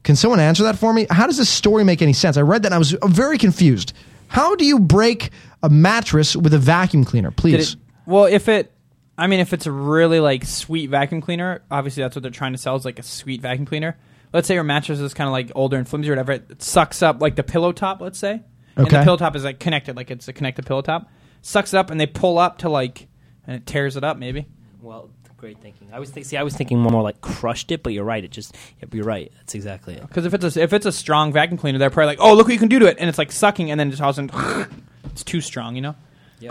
Can someone answer that for me? How does this story make any sense? I read that and I was uh, very confused. How do you break a mattress with a vacuum cleaner? Did Please. it- well, if it, I mean, if it's a really like sweet vacuum cleaner, obviously that's what they're trying to sell is like a sweet vacuum cleaner. Let's say your mattress is kind of like older and flimsy or whatever. It sucks up like the pillow top, let's say, and the Okay. pillow top is like connected, like it's a connected pillow top. Sucks it up and they pull up to like, and it tears it up maybe. Well, great thinking. I was think, see, I was thinking more like crushed it, but you're right. It just, yep, you're right. That's exactly it. Because if it's a, if it's a strong vacuum cleaner, they're probably like, oh look what you can do to it, and it's like sucking, and then just all of a sudden, it's too strong, you know.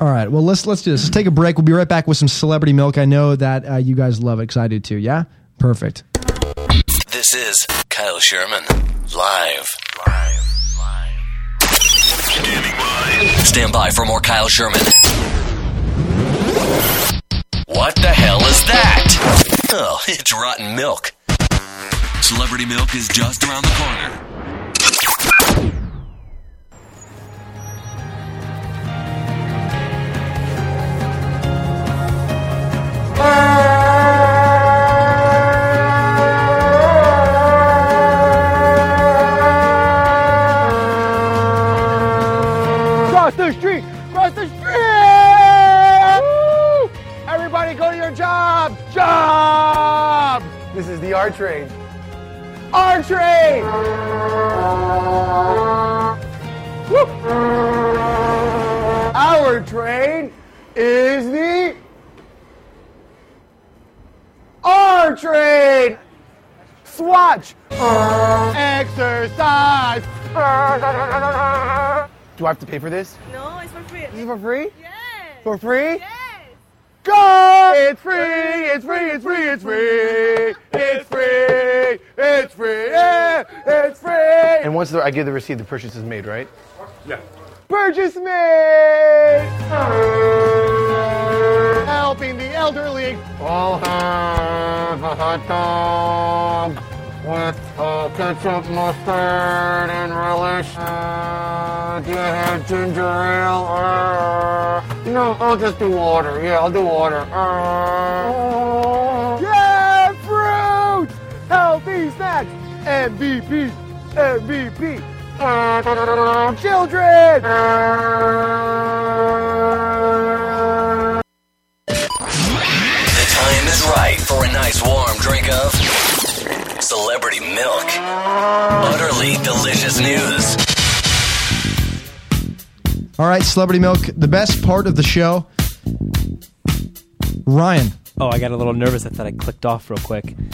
All right. Well, let's let's do this. Let's take a break. We'll be right back with some celebrity milk. I know that uh, you guys love it because I do too. Yeah. Perfect. This is Kyle Sherman live. Live. Live. Stand by for more Kyle Sherman. What the hell is that? Oh, it's rotten milk. Celebrity milk is just around the corner. Cross the street! Cross the street! Everybody go to your jobs! Jobs! This is the R train. R train! Woo! Our train is the R train! Swatch! Exercise! Do I have to pay for this? No, it's for free. Is it for free? Yes. For free? Yes. Go! It's free, it's free, it's free, it's free. It's free, it's free, yeah, it's free. And once the, I give the receipt, the purchase is made, right? Yeah. Purchase made! Helping the elderly. All have a hot dog with uh, ketchup, mustard, and relish. Uh, do you have ginger ale? Uh, no, I'll just do water. Yeah, I'll do water. Uh, yeah, fruit! Healthy snacks! MVP! MVP! Uh, children! The time is Celebrity Milk. Utterly delicious news. All right, Celebrity Milk, the best part of the show. Ryan. Oh, I got a little nervous. I thought I clicked off real quick.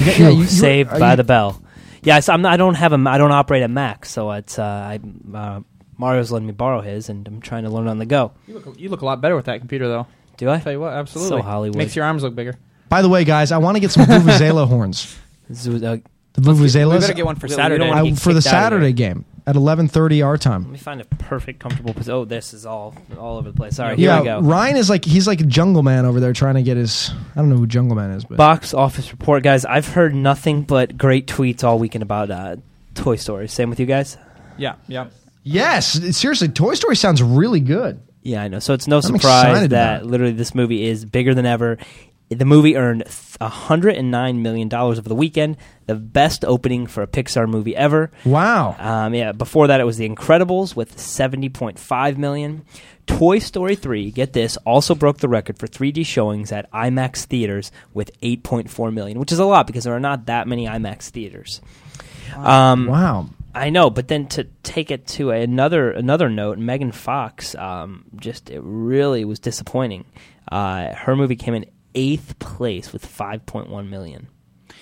Yeah, Phew, you- you- saved are by you- the bell. Yeah, so I'm not, I don't have a. I don't operate at Mac, so it's uh, I, uh, Mario's letting me borrow his, and I'm trying to learn on the go. You look, you look a lot better with that computer, though. Do I? Tell you what, absolutely. So Hollywood. Makes your arms look bigger. By the way, guys, I want to get some Vuvuzela horns. the Vuvuzelas. we better get one for We don't Saturday. wanna I- get for the kicked out of Saturday game at 11:30 our time. Let me find a perfect, comfortable position. Oh, this is all all over the place. All right, yeah, here we go. Ryan is like he's like Jungle Man over there trying to get his. I don't know who Jungle Man is, but Box office report, guys. I've heard nothing but great tweets all weekend about uh, Toy Story. Same with you guys. Yeah, yeah. yes, it- seriously, Toy Story sounds really good. Yeah, I know. So it's no I'm surprise excited about that literally this movie is bigger than ever. The movie earned $109 million over the weekend, the best opening for a Pixar movie ever. Wow. Um, yeah, before that it was The Incredibles with 70.5 million. Toy Story 3, get this, also broke the record for 3D showings at IMAX theaters with 8.4 million, which is a lot because there are not that many IMAX theaters. Um, wow. I know, but then to take it to another another note, Megan Fox um, just it really was disappointing. Uh, her movie came in eighth place with 5.1 million.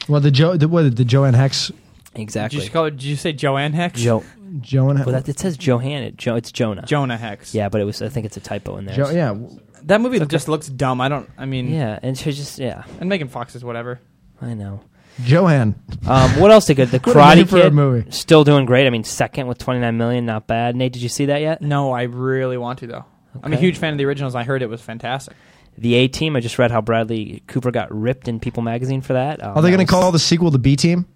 Well, the Joe, the, what, the Joanne Hex, Exactly. Did you, call it, did you say Joanne Hex? Jo- Joanne. well, that, it says Johanna. It, jo- it's Jonah. Jonah Hex. Yeah, but it was. I think it's a typo in there. Jo- yeah. That movie just looks dumb. I don't. I mean. Yeah, and she just yeah. And Megan Fox is whatever. I know. Joanne. Um, what else did good? The What a name Karate for a Kid movie. still doing great. I mean, second with 29 million, not bad. Nate, did you see that Mm. yet? No, I really want to though. I'm a Okay. huge fan of the originals. I heard it was fantastic. The A Team. I just read how Bradley Cooper got ripped in People Magazine for that. Um, Are they that going was- to call the sequel the B Team?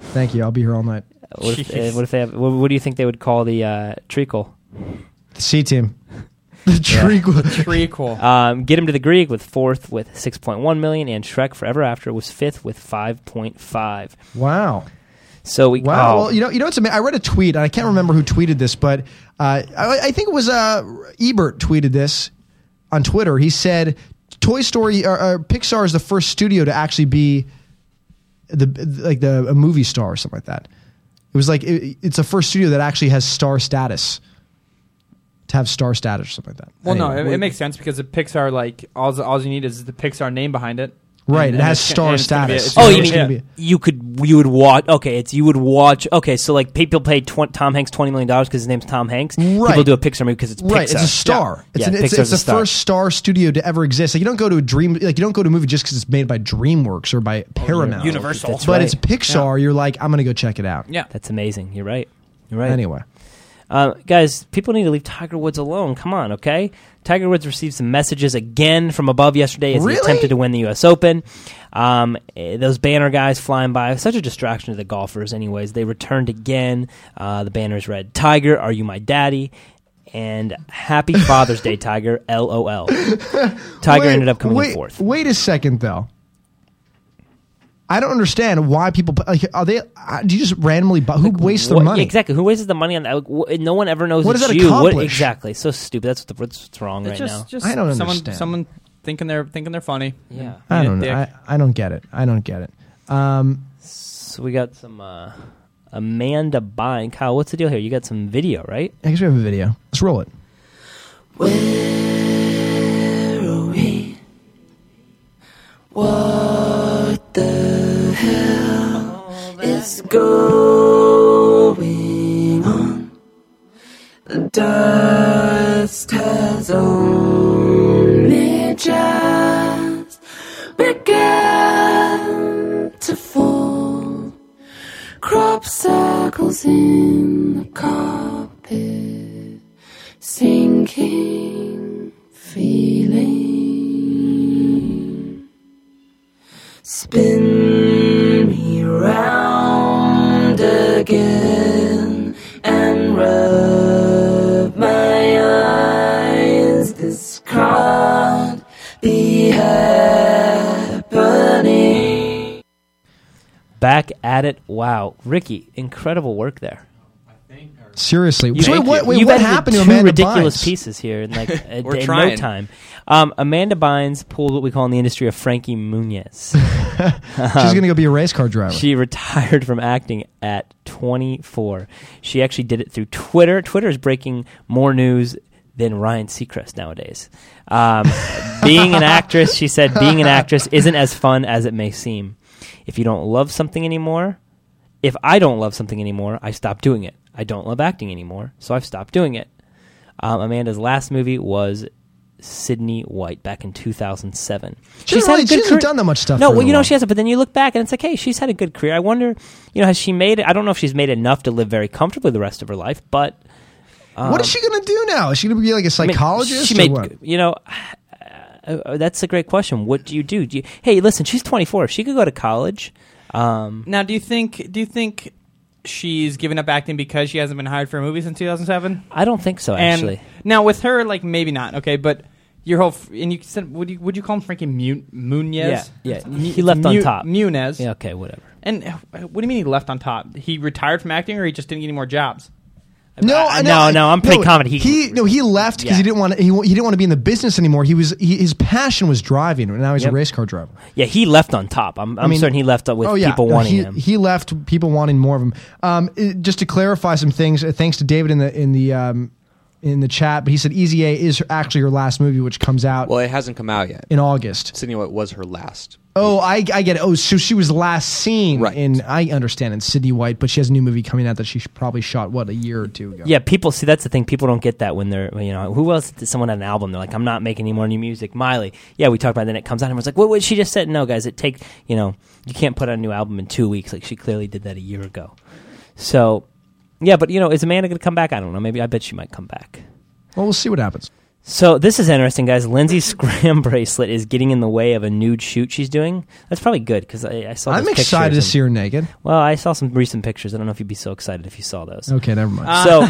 Thank you. I'll be here all night. What if, Jeez. uh, what if they have? What, what do you think they would call the uh, treacle? The C Team. The treacle. Treacle. Um, Get him to the Greek with fourth with six point one million, and Shrek Forever After was fifth with five point five. Wow. So we Wow. oh, Well, you know, you know what's amazing? I read a tweet, and I can't remember who tweeted this, but uh, I, I think it was uh, Ebert tweeted this on Twitter. He said, "Toy Story, or, or Pixar is the first studio to actually be the like the a movie star or something like that." It was like it, it's the first studio that actually has star status to have star status or something like that. Well, no, Anyway, it, it we- makes sense because the Pixar like all all you need is the Pixar name behind it. Right, And- it and has it's gonna- star and status. it's gonna be- it's Oh, gonna you be- mean yeah. you could you would watch? Okay, it's you would watch. Okay, so like people pay twen- Tom Hanks twenty million dollars because his name's Tom Hanks. People Right. do a Pixar movie because it's Right, Pixar. it's a star. Yeah, It's, an, it's, Pixar's it's a the star. first star studio to ever exist. Like you don't go to a dream, like you don't go to a movie just because it's made by DreamWorks or Oh, by Paramount, Universal. But it's That's right. Pixar. You're like, I'm gonna go check it out. Yeah. That's amazing. You're right. You're right. Anyway. Uh, guys, people need to leave Tiger Woods alone. Come on, okay? Tiger Woods received some messages again from above yesterday as Really? he attempted to win the U.S. Open. Um, eh, those banner guys flying by, such a distraction to the golfers, anyways. They returned again. Uh, the banners read, Tiger, are you my daddy? And happy Father's Day, Tiger, LOL. Tiger Wait, ended up coming in wait, fourth. Wait a second, though. I don't understand why people put- like. Are they? uh, Do you just randomly? Buy, who wastes their What- money? Exactly. Who wastes the money on that? Like, wh- no one ever knows What it's does that you. What accomplish? exactly? So stupid. That's what the, what's wrong It's right just, now. just I don't someone, understand. Someone thinking they're thinking they're funny. Yeah. I Eat a don't know. dick. I, I don't get it. I don't get it. Um, So we got some uh, Amanda buying. Kyle, what's the deal here? You got some video, right? I guess we have a video. Let's roll it. It's going on. The dust has only just begun to fall. Crop circles in the carpet, sinking feeling. Spin me round again and rub my eyes. This can't be happening. Back at it. Wow, Ricky, incredible work there. Seriously. You- so wait, thank what, you. wait, You've what edited happened to two Amanda ridiculous Bynes? pieces here in like a, We're in no trying. time. Um, Amanda Bynes pulled what we call in the industry a Frankie Muniz. Um, She's going to go be a race car driver. She retired from acting at 24. She actually did it through Twitter. Twitter is breaking more news than Ryan Seacrest nowadays. Um, being an actress, she said, being an actress isn't as fun as it may seem. If you don't love something anymore, if I don't love something anymore, I stop doing it. I don't love acting anymore, so I've stopped doing it. Um, Amanda's last movie was Sydney White back in 2007. She hasn't had a really- she good hasn't done that much stuff No, for a well, you little know, while. she hasn't. But then you look back and it's like, hey, she's had a good career. I wonder, you know, has she made it? I don't know if she's made enough to live very comfortably the rest of her life, but. um, what is she going to do now? Is she going to be like a I mean, psychologist she or made, what? you know, uh, uh, that's a great question. What do you do? do you, hey, listen, she's 24. She could go to college. Um, Now, do you think do you think she's given up acting because she hasn't been hired for a movie since 2007? I don't think so, And actually. now with her, like maybe not. Okay, but your whole f- and you said would you would you call him Frankie Mu- Munez? Yeah, yeah. It's He left on Mu- top. Munez. Yeah, okay, whatever. And uh, what do you mean he left on top? He retired from acting, or he just didn't get any more jobs? No, I- I- no, no, I'm pretty confident He, he- no, he left because he didn't want he, he didn't want to be in the business anymore. He was he, his passion was driving, and now he's Yep. a race car driver. Yeah, he left on top. I'm, I'm I mean- certain he left with oh, yeah. people No, wanting he, him. He left people wanting more of him. Um, i- just to clarify some things, uh, thanks to David in the in the um, in the chat, but he said Easy A is her- actually her last movie, which comes out. Well, it hasn't come out yet. In August, Sydney White was her last. Oh, I, I get it. Oh, so she was last seen in I understand in Sydney White, but she has a new movie coming out that she sh- probably shot what a year or two ago. Yeah, people see that's the thing. People don't get that when they're when, you know who else did someone had an album. They're like, I'm not making any more new music. Miley, yeah, we talked about. It, then it comes out and everyone's like, what? What she just said? No, guys, it take you know you can't put out a new album in two weeks. Like she clearly did that a year ago. So yeah, but you know, is Amanda going to come back? I don't know. Maybe I bet she might come back. Well, we'll see what happens. So this is interesting, guys. Lindsay's scram bracelet is getting in the way of a nude shoot she's doing. That's probably good because I, I saw. I'm those excited to pictures see her naked. and- Well, I saw some recent pictures. I don't know if you'd be so excited if you saw those. Okay, never mind. So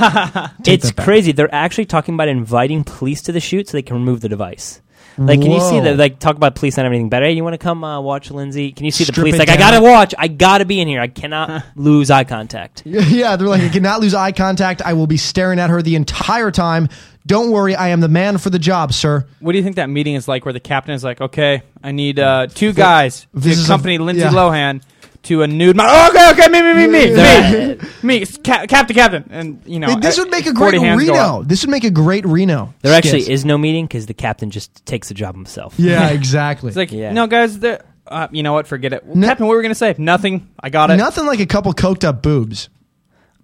Take it's that back. crazy. They're actually talking about inviting police to the shoot so they can remove the device. Like, can you see Whoa. that? Like, talk about police not everything better. Hey, you want to come uh, watch Lindsay? Can you see the Strip police? it Like, I down. gotta watch. I gotta be in here. I cannot lose eye contact. Yeah, they're like, I cannot lose eye contact. I will be staring at her the entire time. Don't worry, I am the man for the job, sir. What do you think that meeting is like, where the captain is like, "Okay, I need uh, two guys This to is a- accompany Lindsay yeah. Lohan to a nude." Mo- oh, okay, okay, me, me, me, me, Yeah. me, me, it's ca- captain, captain, and you know, Hey, this uh, would make a 40 great hands go Reno. up. This would make a great Reno. There skit. actually is no meeting because the captain just takes the job himself. Yeah, exactly. It's like, Yeah. no, guys, the- uh, you know what? Forget it. Captain, what were we gonna say? Nothing. I got it. Nothing like a couple coked up boobs.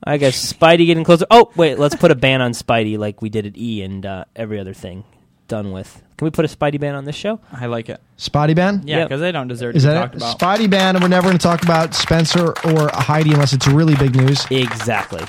I guess Spidey getting closer. Oh wait, let's put a ban on Spidey like we did at E and uh, every other thing. Done with. Can we put a Spidey ban on this show? I like it. Spotty ban? Yeah, because they don't deserve Is to be that talked it? about. Spotty ban, and we're never going to talk about Spencer or Heidi unless it's really big news. Exactly.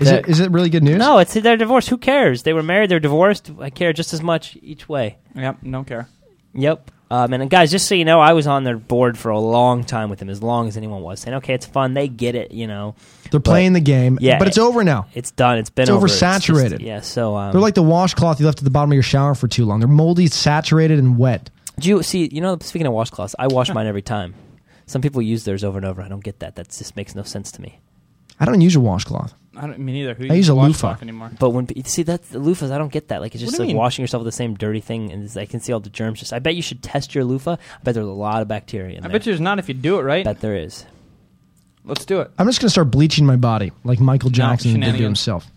Is That- it, is it really good news? No, it's they're divorced. Who cares? They were married. They're divorced. I care just as much each way. Yep, don't care. Yep. Um, and guys, just so you know, I was on their board for a long time with them, as long as anyone was saying, "Okay, it's fun. They get it." You know, They're playing the game, Yeah, but it's it- over now. It's done. It's been It's over. just- oversaturated. yeah. So um, They're like the washcloth you left at the bottom of your shower for too long. They're moldy, saturated, and wet. Do you see? You know, speaking of washcloths, I wash mine every time. Some people use theirs over and over. I don't get that. That just makes no sense to me. I don't use a washcloth. I don't mean either. Who I use uses a washcloth loofah. anymore? But when pe- see that's the loofahs, I don't get that. Like it's What just do you like mean? washing yourself with the same dirty thing, and it's- I can see all the germs. Just I bet you should test your loofah. I bet there's a lot of bacteria. In I there. bet you there's not if you do it right. bet there is. Let's do it. I'm just going to start bleaching my body like Michael Jackson did to shenanigans. himself.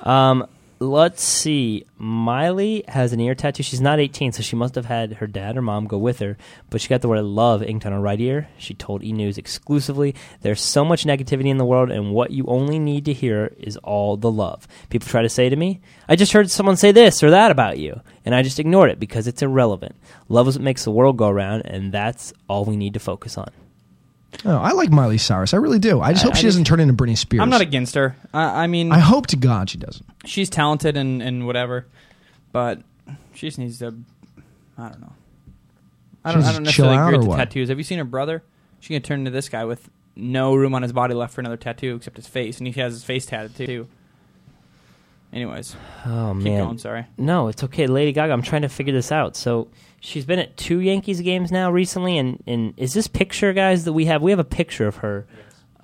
Um, let's see. Miley has an ear tattoo. She's not 18, so she must have had her dad or mom go with her. But she got the word "love" inked on her right ear. She told E News exclusively, "There's so much negativity in the world, and what you only need to hear is all the love." People try to say to me, "I just heard someone say this or that about you," and I just ignored it because it's irrelevant. Love is what makes the world go round, and that's all we need to focus on. Oh, I like Miley Cyrus. I really do. I just I- hope I she doesn't just- turn into Britney Spears. I'm not against her. I, I mean, I hope to God she doesn't. she's talented and, and whatever, but she just needs to. I don't know. I She needs to don't. I don't chill necessarily out agree or with the what? tattoos. Have you seen her brother? She's gonna turn into this guy with no room on his body left for another tattoo except his face, and he has his face tattooed too. Anyways, Oh keep man, going. Sorry. No, it's okay, Lady Gaga. I'm trying to figure this out. So she's been at two Yankees games now recently, and and is this picture, guys, that we have? We have a picture of her.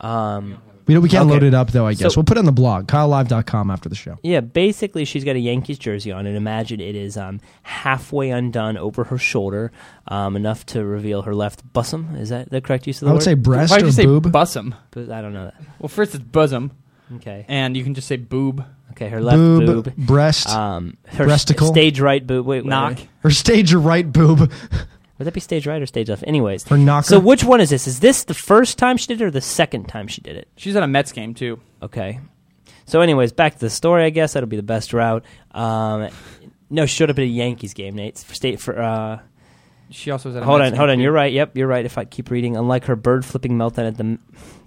Um, We, don't- we can't Okay. load it up though. I guess So- we'll put it on the blog, KyleLive.com after the show. Yeah, basically, she's got a Yankees jersey on, and imagine it is um, halfway undone over her shoulder, um, enough to reveal her left bosom. Is that the correct use of the I word? would say breast Why'd or you say boob. bosom? But I don't know that. Well, first it's bosom. Okay. And you can just say boob. Okay, her left Boob, boob, Um, breast, Uh, her breasticle. st- stage right boob. Wait, wait, Knock. wait. Her stage right boob. Would that be stage right or stage left? Anyways, Her knocker. So which one is this? Is this the first time she did it or the second time she did it? She's at a Mets game too. Okay. So anyways, back to the story. I guess that'll be the best route. Um, no, she showed up at a Yankees game, Nate. For state for. Uh, She also was at a hold Mets on, game, hold on. too. You're right. Yep, you're right. If I keep reading, unlike her bird flipping meltdown at the,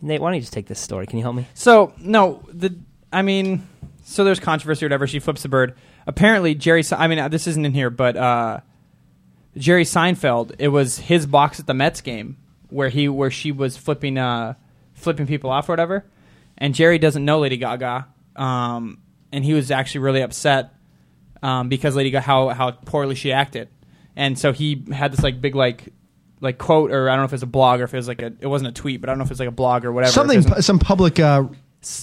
Nate, why don't you just take this story? Can you help me? So no, the I mean, so there's controversy or whatever. She flips the bird. Apparently, Jerry. Se- I mean, uh, this isn't in here, but uh, Jerry Seinfeld. It was his box at the Mets game where he where she was flipping uh flipping people off or whatever, and Jerry doesn't know Lady Gaga, um, and he was actually really upset um, because Lady Gaga how how poorly she acted, and so he had this like big like. Like quote, or I don't know if it's a blog or if it was like a, it wasn't a tweet, but I don't know if it's like a blog or whatever. something, It doesn't- pu- some public uh,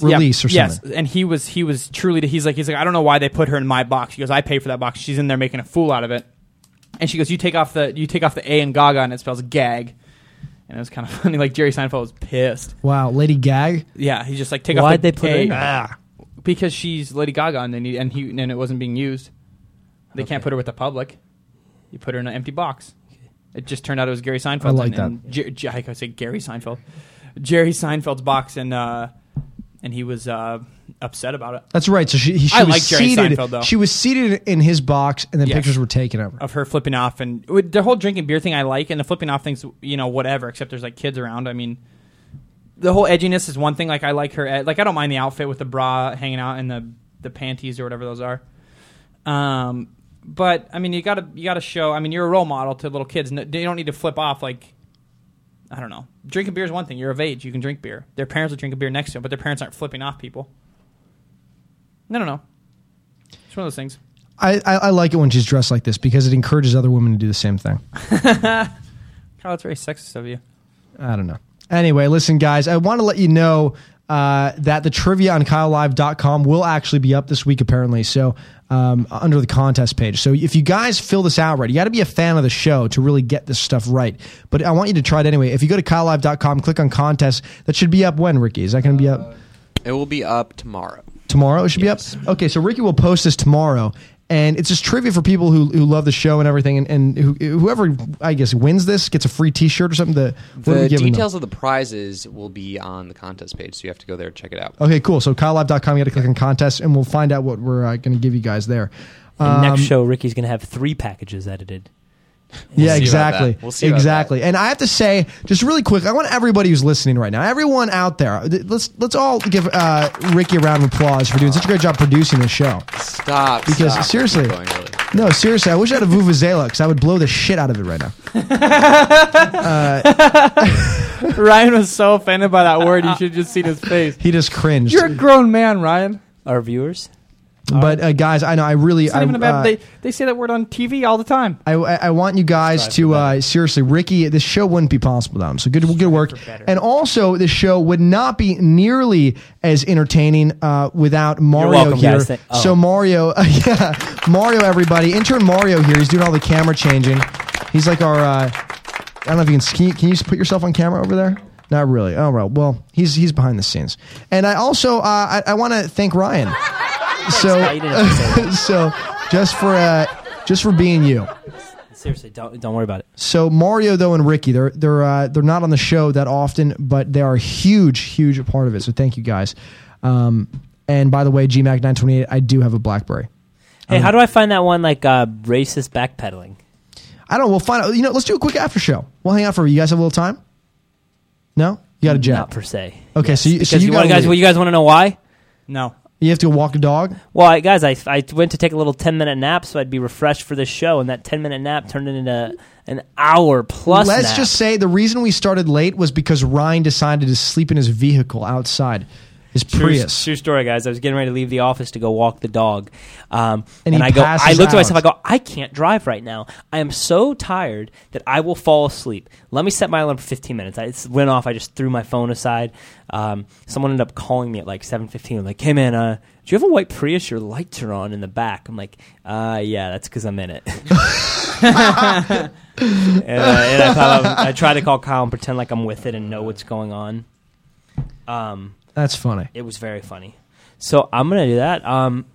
release or something. Yes, and he was he was truly he's like he's like I don't know why they put her in my box. He goes I pay for that box. She's in there making a fool out of it. And she goes you take off the you take off the A and Gaga and it spells gag. And it was kind of funny. Like Jerry Seinfeld was pissed. Wow, Lady Gag. Yeah, he's just like take off. Why'd the they put her A. in there? Because she's Lady Gaga and they need, and he and it wasn't being used. They can't put her with the public. You put her in an empty box. It just turned out it was Gary Seinfeld. I like and, And Jer- Jer- I could say Gary Seinfeld, Jerry Seinfeld's box, and uh, and he was uh, upset about it. That's right. So she, he- she I was like Jerry seated. Seinfeld, though. She was seated in his box, and then Yes. pictures were taken of her. of her flipping off and with the whole drinking beer thing I like and the flipping off things you know whatever except there's like kids around I mean the whole edginess is one thing like I like her ed- like I don't mind the outfit with the bra hanging out and the the panties or whatever those are um but I mean you got to you got to show I mean you're a role model to little kids No- they don't need to flip off like I don't know drinking beer is one thing you're of age you can drink beer their parents will drink a beer next to them but their parents aren't flipping off people no no no it's one of those things I, I, I like it when she's dressed like this because it encourages other women to do the same thing. Kyle it's very sexist of you I don't know. Anyway, listen, guys, I want to let you know uh, that the trivia on KyleLive.com will actually be up this week, apparently. So, um, under the contest page. So, if you guys fill this out right, you got to be a fan of the show to really get this stuff right. But I want you to try it anyway. If you go to KyleLive.com, click on contest. That should be up when, Ricky? Is that going to be up? It will be up tomorrow. Tomorrow it should be up. Okay, so Ricky will post this tomorrow, and it's just trivia for people who, who love the show and everything. And, and who, whoever I guess wins this gets a free T-shirt or something. That what are The we giving them? details of the prizes will be on the contest page, so you have to go there and check it out. Okay, cool. So KyleLive.com, you got to click on contest, and we'll find out what we're uh, going to give you guys there. And next Um, show, Ricky's going to have three packages edited. yeah, see about exactly. that. We'll see about exactly. And I have to say, just really quick, I want everybody who's listening right now, everyone out there, uh, th- let's let's all give uh, Ricky a round of applause for doing such a great job producing this show. Stop. Because stop. seriously, Keep going, really. no, seriously, I wish I had a vuvuzela because I would blow the shit out of it right now. Ryan was so offended by that word. You should just seen his face. He just cringed. You're a grown man, Ryan. Our viewers. But uh, guys, I know I really It's not I, even a bad. uh, they they say that word on TV all the time. I, I I want you guys to uh, seriously, Ricky. This show wouldn't be possible without him. So good, good work. And also, this show would not be nearly as entertaining uh, without Mario welcome, here. guys. Thank- oh. So Mario, yeah, Mario, everybody, intern Mario here. He's doing all the camera changing. He's like our. Uh, I don't know if you can. Can you, can you put yourself on camera over there? Not really. All right. Well, he's he's behind the scenes, and I also uh, I, I want to thank Ryan. So so just for uh, just for being you. Seriously, don't don't worry about it. So Mario though and Ricky, they're they're uh, they're not on the show that often, but they are a huge, huge part of it. So thank you guys. Um, and by the way, GMAC nine twenty eight, I do have a BlackBerry. Hey, how do I find that one like uh, racist backpedaling? I don't. know. We'll find out. You know, let's do a quick after show. We'll hang out for you guys. Have a little time. No, you got a jet. Not per se. Okay, so you, so Because you, you, want gotta guys, leave. well, you guys want to know why? No. You have to walk a dog. Well, I, guys, I, I went to take a little 10 minute nap so I'd be refreshed for this show, and that 10 minute nap turned into an hour plus. Let's nap. just say the reason we started late was because Ryan decided to sleep in his vehicle outside. His true, Prius. True story, guys. I was getting ready to leave the office to go walk the dog, um, And and, he I go. I passes looked at myself. I out. go. I can't drive right now. I am so tired that I will fall asleep. Let me set my alarm for 15 minutes. I it went off. I just threw my phone aside. Um, someone ended up calling me at like 7:15. Like, hey man, uh, do you have a white Prius? Your lights are on in the back. I'm like, uh, yeah, that's because I'm in it. and, uh, and I thought I, was- I tried to call Kyle and pretend like I'm with it and know what's going on. Um, That's funny. It was very funny. So I'm gonna do that. Um,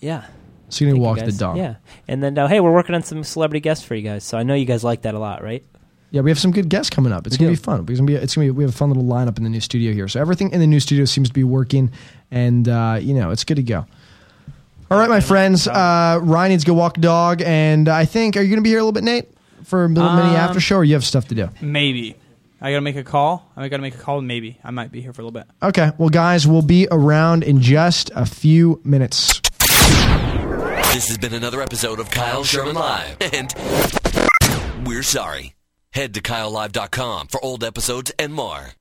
yeah. So you're gonna Thank walk the guys. dog. Yeah, and then uh, hey, we're working on some celebrity guests for you guys. So I know you guys like that a lot, right? Yeah, we have some good guests coming up. It's We gonna do. be fun. It's gonna be it's gonna be we have a fun little lineup in the new studio here. So everything in the new studio seems to be working, and uh, you know it's good to go. All right, my friends. Uh, Ryan needs to go walk a dog, and I think are you gonna be here a little bit, Nate, for a little mini Um, after show, or you have stuff to do? Maybe. I gotta make a call. I gotta make a call. Maybe I might be here for a little bit. Okay. Well, guys, we'll be around in just a few minutes. This has been another episode of Kyle Sherman Live. And we're sorry. Head to KyleLive.com for old episodes and more.